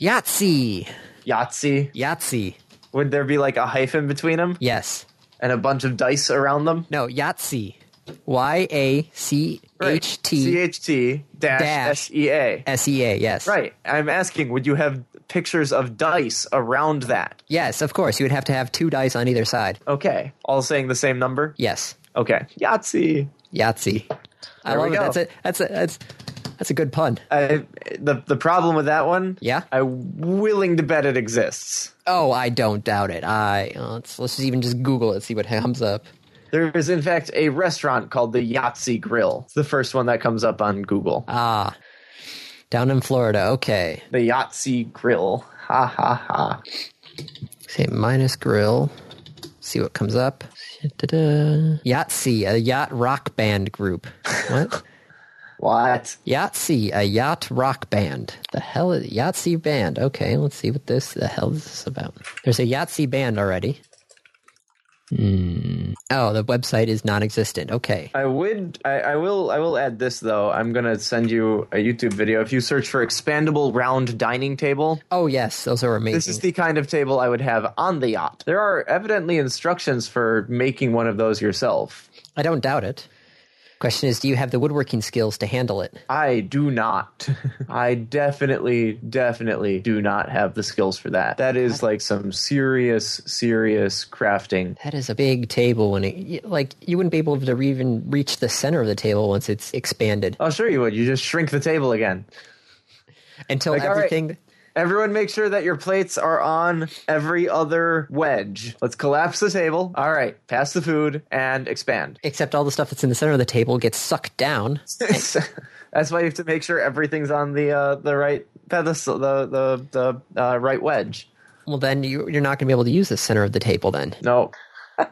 Speaker 1: Yahtzee.
Speaker 2: Yahtzee.
Speaker 1: Yahtzee.
Speaker 2: Would there be like a hyphen between them
Speaker 1: Yes.
Speaker 2: and a bunch of dice around them?
Speaker 1: No, Yahtzee. Y A C H
Speaker 2: C
Speaker 1: T
Speaker 2: H T dash
Speaker 1: Dash.
Speaker 2: S E A.
Speaker 1: S E A. Yes.
Speaker 2: Right. I'm asking, would you have pictures of dice around that?
Speaker 1: Yes, of course. You would have to have two dice on either side.
Speaker 2: Okay. All saying the same number?
Speaker 1: Yes.
Speaker 2: Okay. Yahtzee.
Speaker 1: Yahtzee. I
Speaker 2: There we
Speaker 1: love it.
Speaker 2: go.
Speaker 1: That's a, that's a, that's that's a good pun.
Speaker 2: I, the the problem with that one,
Speaker 1: Yeah?
Speaker 2: I'm willing to bet it exists.
Speaker 1: Oh, I don't doubt it. I uh, let's, let's just even just Google it, see what comes up.
Speaker 2: There is, in fact, a restaurant called the Yahtzee Grill. It's the first one that comes up on Google.
Speaker 1: Ah, down in Florida. Okay,
Speaker 2: the Yahtzee Grill. Ha ha ha.
Speaker 1: say minus grill. See what comes up. Da-da. Yahtzee, a yacht rock band group. What?
Speaker 2: What?
Speaker 1: Yahtzee, a yacht rock band. The hell is Yahtzee band? Okay, let's see what this. The hell is this about? There's a Yahtzee band already. Hmm. Oh, the website is non-existent. Okay.
Speaker 2: I would, I, I will, I will add this though. I'm gonna send you a YouTube video. If you search for expandable round dining table,
Speaker 1: Oh yes, those are amazing.
Speaker 2: This is the kind of table I would have on the yacht. There are evidently instructions for making one of those yourself.
Speaker 1: I don't doubt it. Question is, do you have the woodworking skills to handle it?
Speaker 2: I do not. I definitely, definitely do not have the skills for that. That is like some serious, serious crafting.
Speaker 1: That is a big table when it like you wouldn't be able to re- even reach the center of the table once it's expanded
Speaker 2: Oh, sure you would. You just shrink the table again.
Speaker 1: until
Speaker 2: Like, all right.
Speaker 1: everything.
Speaker 2: Everyone, make sure that your plates are on every other wedge. Let's collapse the table. All right, pass the food and expand.
Speaker 1: Except all the stuff that's in the center of the table gets sucked down.
Speaker 2: That's why you have to make sure everything's on the uh, the right pedestal, the the the uh, right wedge.
Speaker 1: Well, then you, you're not going to be able to use the center of the table. Then,
Speaker 2: No,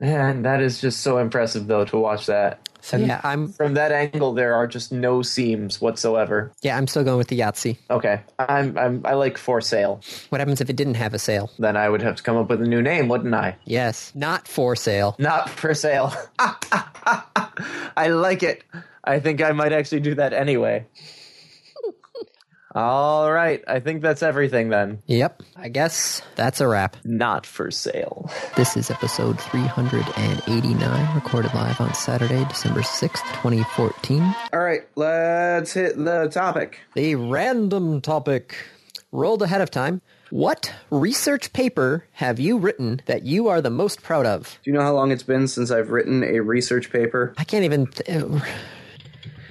Speaker 2: man, that is just so impressive though to watch that
Speaker 1: so yeah, I'm
Speaker 2: from that angle. There are just no seams whatsoever.
Speaker 1: yeah, I'm still going with the Yahtzee.
Speaker 2: Okay, I'm I'm I like for sale.
Speaker 1: What happens if it didn't have a sale?
Speaker 2: Then I would have to come up with a new name, wouldn't I?
Speaker 1: Yes, not for sale.
Speaker 2: Not for sale. I like it. I think I might actually do that anyway. All right, I think that's everything then.
Speaker 1: Yep, I guess that's a wrap.
Speaker 2: Not for sale.
Speaker 1: This is episode 389, recorded live on Saturday, December 6th, 2014.
Speaker 8: All right, let's hit the topic.
Speaker 1: The random topic rolled ahead of time. What research paper have you written that you are the most proud of?
Speaker 8: Do you know how long it's been since I've written a research paper?
Speaker 1: I can't even. Th-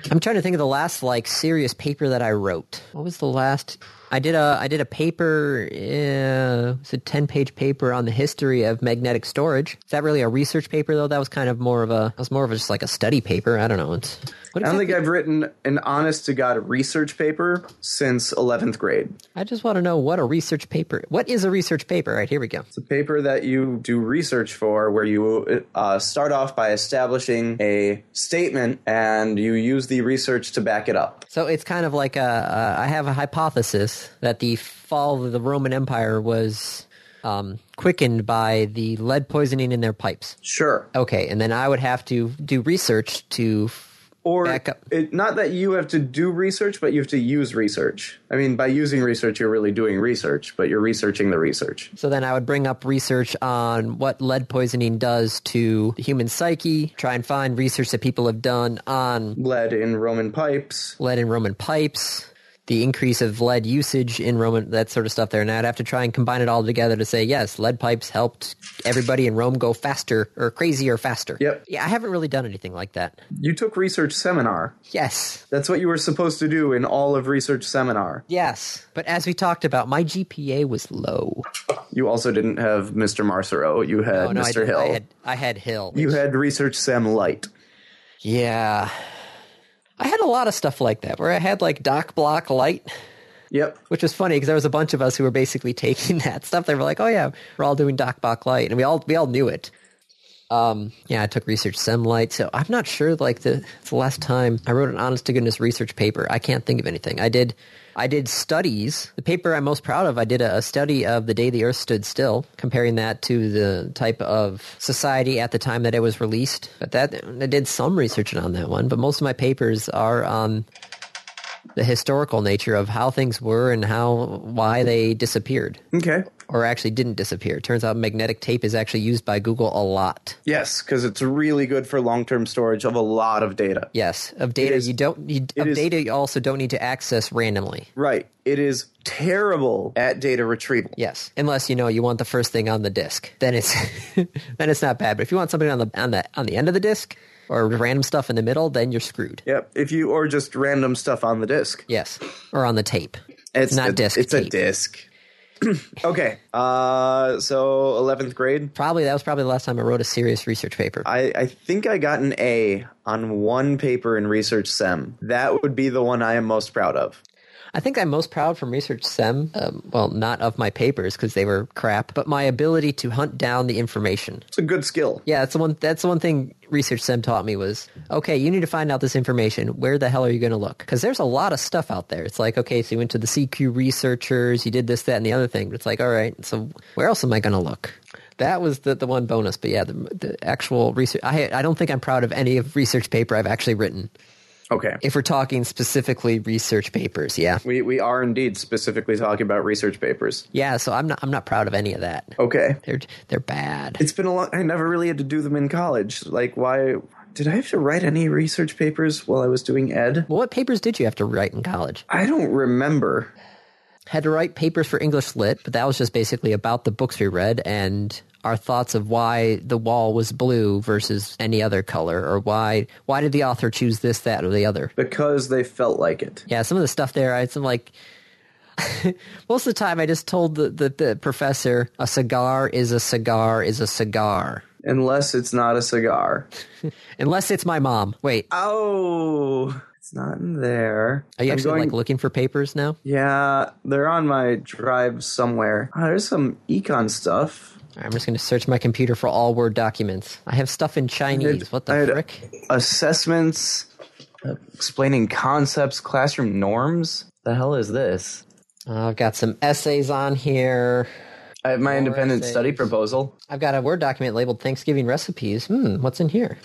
Speaker 1: I'm trying to think of the last like serious paper that I wrote. What was the last? I did a I did a paper. Uh, it's a ten page paper on the history of magnetic storage. Is that really a research paper though? That was kind of more of a. That was more of a, just like a study paper. I don't know. It's. What
Speaker 8: I don't think
Speaker 1: exactly-
Speaker 8: I've written an honest to God research paper since 11th grade.
Speaker 1: I just want to know what a research paper. What is a research paper? All right, here we go.
Speaker 8: It's a paper that you do research for where you uh, start off by establishing a statement and you use the research to back it up.
Speaker 1: So it's kind of like a, a, I have a hypothesis that the fall of the Roman Empire was um, quickened by the lead poisoning in their pipes.
Speaker 8: Sure.
Speaker 1: Okay, and then I would have to do research to.
Speaker 8: Or
Speaker 1: Back up.
Speaker 8: It, not that you have to do research, but you have to use research. I mean, by using research, you're really doing research, but you're researching the research.
Speaker 1: So then I would bring up research on what lead poisoning does to the human psyche. Try and find research that people have done on
Speaker 8: Lead in Roman pipes.
Speaker 1: lead in Roman pipes, the increase of lead usage in Roman, that sort of stuff there. And I'd have to try and combine it all together to say, yes, lead pipes helped everybody in Rome go faster or crazier faster.
Speaker 8: Yep.
Speaker 1: Yeah, I haven't really done anything like that.
Speaker 8: You took research seminar.
Speaker 1: Yes.
Speaker 8: That's what you were supposed to do in all of research seminar.
Speaker 1: Yes. But as we talked about, my GPA was low.
Speaker 8: You also didn't have Mr. Marceau. You had
Speaker 1: Oh, no, I
Speaker 8: Mr.
Speaker 1: didn't.
Speaker 8: Hill.
Speaker 1: I had, I had Hill.
Speaker 8: you
Speaker 1: which-
Speaker 8: had research sem light.
Speaker 1: yeah. I had a lot of stuff like that where I had like doc block light.
Speaker 8: Yep.
Speaker 1: which was funny because there was a bunch of us who were basically taking that stuff. They were like, "Oh yeah, we're all doing Doc Bach Light," and we all we all knew it. Um, yeah, I took research semlite, so I'm not sure. Like the, the last time I wrote an honest to goodness research paper, I can't think of anything. I did, I did studies. The paper I'm most proud of, I did a, a study of the day the Earth stood still, comparing that to the type of society at the time that it was released. But that I did some research on that one. But most of my papers are um, on the historical nature of how things were and how why they disappeared
Speaker 8: Okay.
Speaker 1: or actually didn't disappear. Turns out magnetic tape is actually used by Google a lot.
Speaker 8: Yes, because it's really good for long term storage of a lot of data.
Speaker 1: Yes, of data
Speaker 8: is-
Speaker 1: you don't you,
Speaker 8: it
Speaker 1: of
Speaker 8: is-
Speaker 1: data you also don't need to access randomly.
Speaker 8: Right. It is terrible at data retrieval.
Speaker 1: Yes, unless you know you want the first thing on the disk, then it's then it's not bad. But if you want something on the on the on the end of the disk or random stuff in the middle, then you're screwed.
Speaker 8: Yep. If you or just random stuff on the disk.
Speaker 1: Yes, or on the tape.
Speaker 8: It's
Speaker 1: Not
Speaker 8: a,
Speaker 1: disk,
Speaker 8: It's a
Speaker 1: tape.
Speaker 8: disk. okay. Uh, so eleventh grade.
Speaker 1: Probably that was probably the last time I wrote a serious research paper.
Speaker 8: I, I think I got an A on one paper in research sem. That would be the one I am most proud of.
Speaker 1: I think I'm most proud from Research SEM, um, well, not of my papers because they were crap, but my ability to hunt down the information.
Speaker 8: It's a good skill.
Speaker 1: Yeah, that's the one. That's the one thing Research Sim taught me was okay. You need to find out this information. Where the hell are you going to look? Because there's a lot of stuff out there. It's like okay, so you went to the CQ researchers, you did this, that, and the other thing. But it's like all right, so where else am I going to look? That was the, the one bonus. But yeah, the, the actual research. I I don't think I'm proud of any of research paper I've actually written.
Speaker 8: Okay.
Speaker 1: If we're talking specifically research papers, yeah,
Speaker 8: We we are indeed specifically talking about research papers.
Speaker 1: yeah. So I'm not I'm not proud of any of that.
Speaker 8: Okay.
Speaker 1: They're they're bad.
Speaker 8: It's been a long. I never really had to do them in college. Like, why did I have to write any research papers while I was doing ed?
Speaker 1: Well, what papers did you have to write in college?
Speaker 8: I don't remember.
Speaker 1: had to write papers for English Lit, but that was just basically about the books we read and our thoughts of why the wall was blue versus any other color, or why why did the author choose this, that, or the other.
Speaker 8: because they felt like it.
Speaker 1: Yeah, some of the stuff there, I had some like. most of the time, I just told the, the, the professor a cigar is a cigar is a cigar,
Speaker 8: Unless it's not a cigar.
Speaker 1: unless it's my mom. Wait,
Speaker 8: Oh, it's not in there.
Speaker 1: are you
Speaker 8: I'm
Speaker 1: actually
Speaker 8: going-
Speaker 1: like looking for papers now?
Speaker 8: Yeah, they're on my drive somewhere. Oh, there's some econ stuff.
Speaker 1: I'm just going to search my computer for all Word documents. I have stuff in Chinese. what the
Speaker 8: I had-
Speaker 1: frick?
Speaker 8: Assessments, uh, explaining concepts, classroom norms. The hell is this?
Speaker 1: Uh, I've got some essays on here.
Speaker 8: I have my independent
Speaker 1: essays.
Speaker 8: study proposal.
Speaker 1: I've got a Word document labeled Thanksgiving recipes. Hmm, what's in here?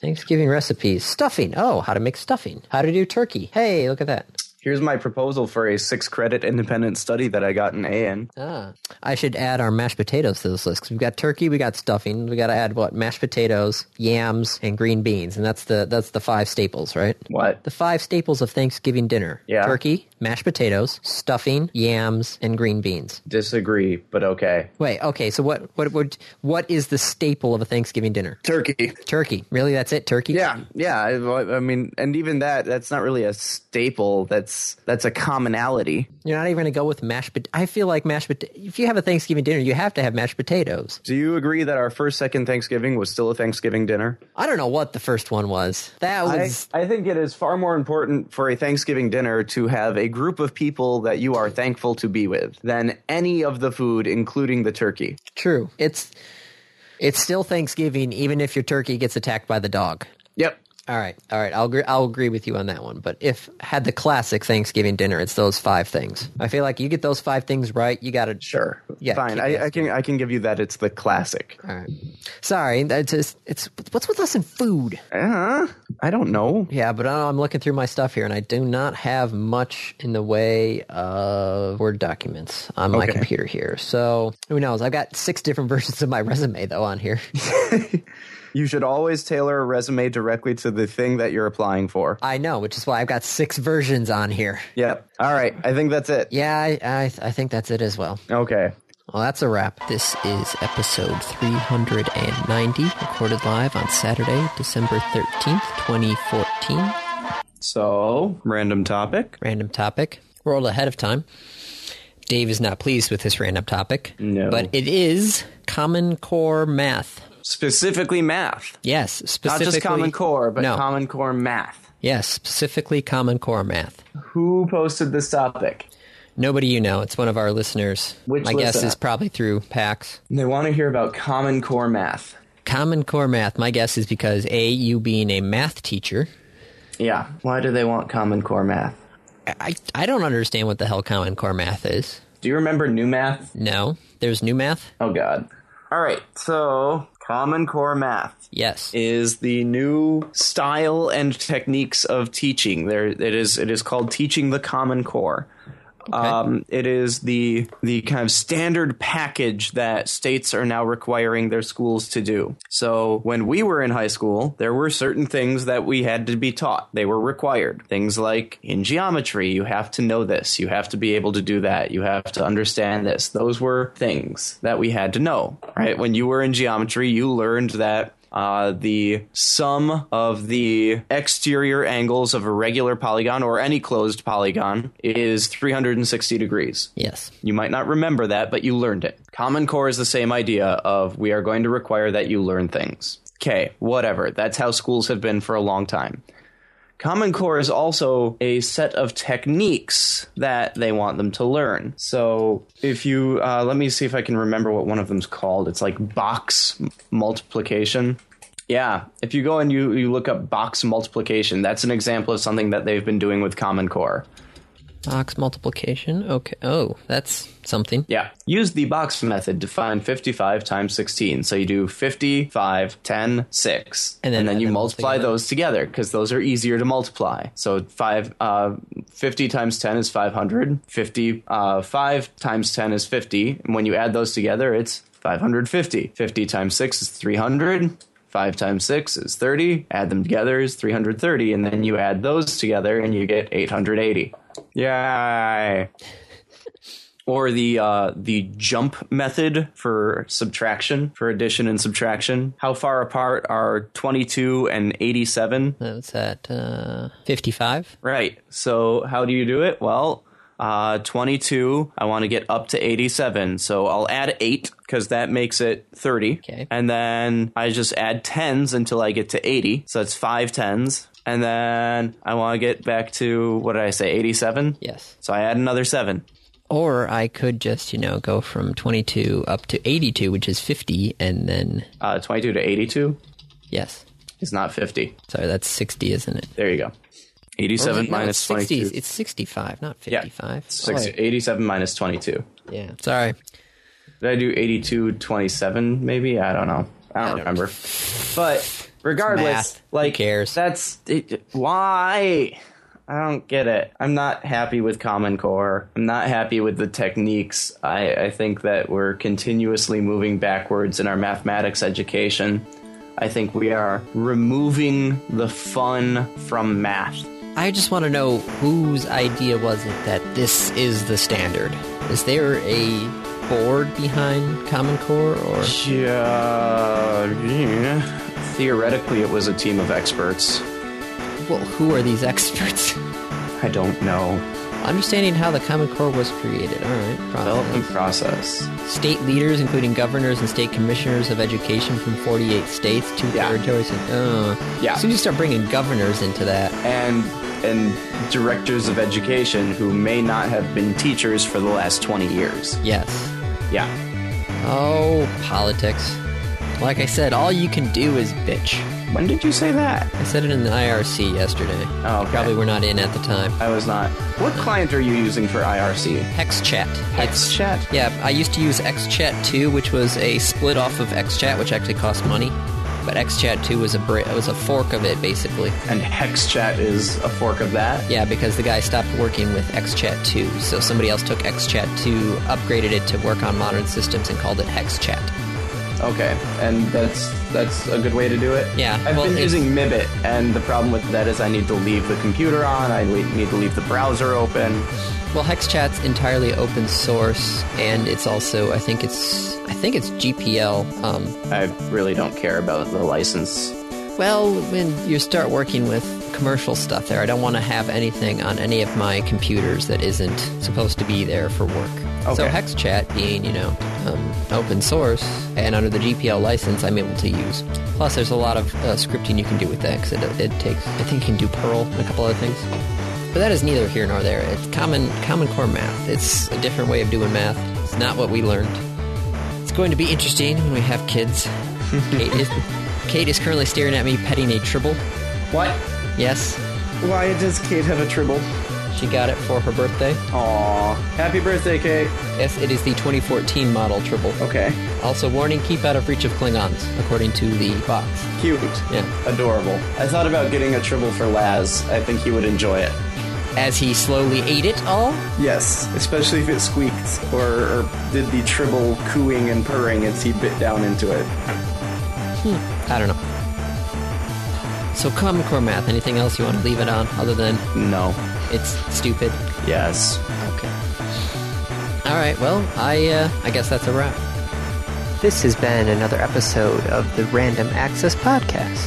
Speaker 1: Thanksgiving recipes. Stuffing. Oh, how to make stuffing. How to do turkey. Hey, look at that.
Speaker 8: Here's my proposal for a six credit independent study that I got an A in.
Speaker 1: Ah. I should add our mashed potatoes to this list. 'cause We've got turkey, we got stuffing, we got to add what? Mashed potatoes, yams, and green beans. And that's the that's the five staples, right?
Speaker 8: What?
Speaker 1: The five staples of Thanksgiving dinner.
Speaker 8: Yeah.
Speaker 1: Turkey, mashed potatoes, stuffing, yams, and green beans.
Speaker 8: Disagree, but okay.
Speaker 1: Wait, okay, so what what what, what is the staple of a Thanksgiving dinner?
Speaker 8: Turkey.
Speaker 1: Turkey. Really? That's it? Turkey?
Speaker 8: Yeah, yeah. I, I mean, and even that—that's not really a staple. That's that's a commonality.
Speaker 1: You're not even going to go with mashed pot I feel like mashed pot If you have a Thanksgiving dinner, you have to have mashed potatoes.
Speaker 8: Do you agree that our first, second Thanksgiving was still a Thanksgiving dinner?
Speaker 1: I don't know what the first one was. That
Speaker 8: I,
Speaker 1: was.
Speaker 8: I think it is far more important for a Thanksgiving dinner to have a group of people that you are thankful to be with than any of the food, including the turkey.
Speaker 1: True. It's it's still Thanksgiving, even if your turkey gets attacked by the dog.
Speaker 8: Yep.
Speaker 1: All right, all right. I'll agree, I'll agree with you on that one. But if had the classic Thanksgiving dinner, it's those five things. I feel like you get those five things right, you got to
Speaker 8: Sure.
Speaker 1: Yeah,
Speaker 8: Fine.
Speaker 1: keep
Speaker 8: I, I can I can give you that. It's the classic.
Speaker 1: All right. Sorry, that's just it's what's with us in food.
Speaker 8: Uh, I don't know.
Speaker 1: Yeah, but I- I'm looking through my stuff here, and I do not have much in the way of Word documents on my computer here. So who knows? I've got six different versions of my resume though on here.
Speaker 8: You should always tailor a resume directly to the thing that you're applying for.
Speaker 1: I know, which is why I've got six versions on here.
Speaker 8: Yep. All right. I think that's it.
Speaker 1: Yeah, I, I, I think that's it as well.
Speaker 8: Okay.
Speaker 1: Well, that's a wrap. This is episode 390, recorded live on Saturday, December 13th, 2014.
Speaker 8: So, random topic?
Speaker 1: random topic. We're all ahead of time. Dave is not pleased with this random topic.
Speaker 8: No.
Speaker 1: But it is Common Core math.
Speaker 8: Specifically math.
Speaker 1: Yes,
Speaker 8: Not
Speaker 1: specifically.
Speaker 8: just Common Core, but
Speaker 1: no.
Speaker 8: Common Core math.
Speaker 1: Yes, specifically Common Core math.
Speaker 8: Who posted this topic?
Speaker 1: Nobody you know. It's one of our listeners.
Speaker 8: Which
Speaker 1: My
Speaker 8: was
Speaker 1: guess
Speaker 8: that?
Speaker 1: is probably through PAX.
Speaker 8: They want to hear about Common Core math.
Speaker 1: Common Core Math. My guess is because A, you being a math teacher.
Speaker 8: Yeah. Why do they want Common Core math?
Speaker 1: I, I don't understand what the hell Common Core Math is.
Speaker 8: Do you remember New Math?
Speaker 1: No. There's new math?
Speaker 8: Oh, God. All right. So, Common Core math.
Speaker 1: Yes.
Speaker 8: is the new style and techniques of teaching. There, it is. It is called teaching the Common Core. Um, it is the the kind of standard package that states are now requiring their schools to do. So when we were in high school, there were certain things that we had to be taught. They were required. Things like in geometry, you have to know this, you have to be able to do that, you have to understand this. Those were things that we had to know. Right? When you were in geometry, you learned that uh, the sum of the exterior angles of a regular polygon or any closed polygon is 360 degrees.
Speaker 1: Yes.
Speaker 8: You might not remember that, but you learned it. Common Core is the same idea of we are going to require that you learn things. Okay, whatever. That's how schools have been for a long time. Common Core is also a set of techniques that they want them to learn. So, if you uh, let me see if I can remember what one of them's called, it's like box m- multiplication. Yeah, if you go and you, you look up box multiplication, that's an example of something that they've been doing with Common Core.
Speaker 1: Box multiplication. Okay. Oh, that's something.
Speaker 8: Yeah. Use the box method to find 55 times 16. So you do 55, 10, 6.
Speaker 1: And
Speaker 8: And
Speaker 1: then
Speaker 8: then,
Speaker 1: add
Speaker 8: you
Speaker 1: them all
Speaker 8: multiply
Speaker 1: together.
Speaker 8: those together because those are easier to multiply. So five, uh, 50 times 10 is 500. 50, uh, 5 times 10 is 50. And when you add those together, it's 550. 50 times 6 is 300. 5 times 6 is 30. Add them together is 330. And then you add those together and you get 880. Yay! or the uh, the jump method for subtraction for addition and subtraction. How far apart are 22 and 87?
Speaker 1: That's at uh, 55.
Speaker 8: Right. So how do you do it? Well, uh, 22. I want to get up to 87, so I'll add eight because that makes it 30.
Speaker 1: Okay.
Speaker 8: And then I just add tens until I get to 80. So that's five tens. And then I want to get back to what did I say? 87.
Speaker 1: Yes.
Speaker 8: So I add another seven.
Speaker 1: Or I could just, you know, go from 22 up to 82, which is 50, and then,
Speaker 8: Uh, 22 to 82
Speaker 1: yes.
Speaker 8: is not 50.
Speaker 1: Sorry, that's 60, isn't it?
Speaker 8: There you go.
Speaker 1: Or is
Speaker 8: 87
Speaker 1: it- no,
Speaker 8: minus
Speaker 1: it's 60.
Speaker 8: 22.
Speaker 1: It's 65, not
Speaker 8: Yeah.
Speaker 1: 55.
Speaker 8: Six- 87 minus 22.
Speaker 1: Oh, yeah. Sorry.
Speaker 8: Did I do 82, 27 maybe? I don't know. I don't, remember. But regardless,
Speaker 1: Math. Who
Speaker 8: like,
Speaker 1: cares?
Speaker 8: that's it, why? I don't get it. I'm not happy with Common Core. I'm not happy with the techniques. I, I think that we're continuously moving backwards in our mathematics education. I think we are removing the fun from math.
Speaker 1: I just want to know whose idea was it that this is the standard? Is there a board behind Common Core or
Speaker 8: Yeah, yeah. Theoretically, it was a team of experts.
Speaker 1: well, who are these experts?
Speaker 8: I don't know.
Speaker 1: Understanding how the Common Core was created. All right.
Speaker 8: Development
Speaker 1: Process.
Speaker 8: process.
Speaker 1: State leaders, including governors and state commissioners of education from 48 states, two
Speaker 8: Yeah.
Speaker 1: territories. And, oh.
Speaker 8: Yeah.
Speaker 1: So you start bringing governors into that.
Speaker 8: And and directors of education who may not have been teachers for the last 20 years.
Speaker 1: Yes.
Speaker 8: Yeah.
Speaker 1: Oh, politics. Like I said, all you can do is bitch.
Speaker 8: When did you say that?
Speaker 1: I said it in the IRC yesterday.
Speaker 8: Oh, okay.
Speaker 1: Probably we're not in at the time.
Speaker 8: I was not. What client are you using for IRC?
Speaker 1: XChat. It's-
Speaker 8: XChat.
Speaker 1: Yeah, I used to use XChat 2, which was a split off of XChat, which actually cost money. But XChat 2 was a br- was a fork of it, basically.
Speaker 8: And HexChat is a fork of that.
Speaker 1: Yeah, because the guy stopped working with XChat 2, so somebody else took XChat 2, upgraded it to work on modern systems, and called it HexChat.
Speaker 8: Okay. And that's that's a good way to do it.
Speaker 1: Yeah,
Speaker 8: I've
Speaker 1: well,
Speaker 8: been
Speaker 1: it's-
Speaker 8: using Mibit, and the problem with that is I need to leave the computer on. I le- need to leave the browser open.
Speaker 1: Well, HexChat's entirely open source, and it's also I think it's I think it's GPL. Um,
Speaker 8: I really don't care about the license.
Speaker 1: well, when you start working with commercial stuff there, I don't want to have anything on any of my computers that isn't supposed to be there for work. So
Speaker 8: Okay.
Speaker 1: HexChat being you know um, open source and under the GPL license, I'm able to use. Plus, there's a lot of uh, scripting you can do with that because it, it takes I think you can do Perl and a couple other things. But that is neither here nor there. It's common common core math. It's a different way of doing math. It's not what we learned. It's going to be interesting when we have kids. Kate is Kate is currently staring at me petting a tribble.
Speaker 8: What?
Speaker 1: Yes,
Speaker 8: Why does Kate have a tribble?
Speaker 1: she got it for her birthday.
Speaker 8: Aw. Happy birthday, Kate.
Speaker 1: Yes, it is the 2014 model tribble.
Speaker 8: Okay.
Speaker 1: Also, warning: keep out of reach of Klingons, according to the box.
Speaker 8: Cute.
Speaker 1: Yeah.
Speaker 8: Adorable. I thought about getting a tribble for Laz. I think he would enjoy it.
Speaker 1: As he slowly ate it all,
Speaker 8: Yes, especially if it squeaked or, or did the tribble cooing and purring as he bit down into it.
Speaker 1: I don't know. So, common core math. Anything else you want to leave it on, other than
Speaker 8: No.
Speaker 1: it's stupid?
Speaker 8: Yes.
Speaker 1: Okay. All right. Well, I uh, I guess that's a wrap.
Speaker 9: This has been another episode of the Random Access Podcast.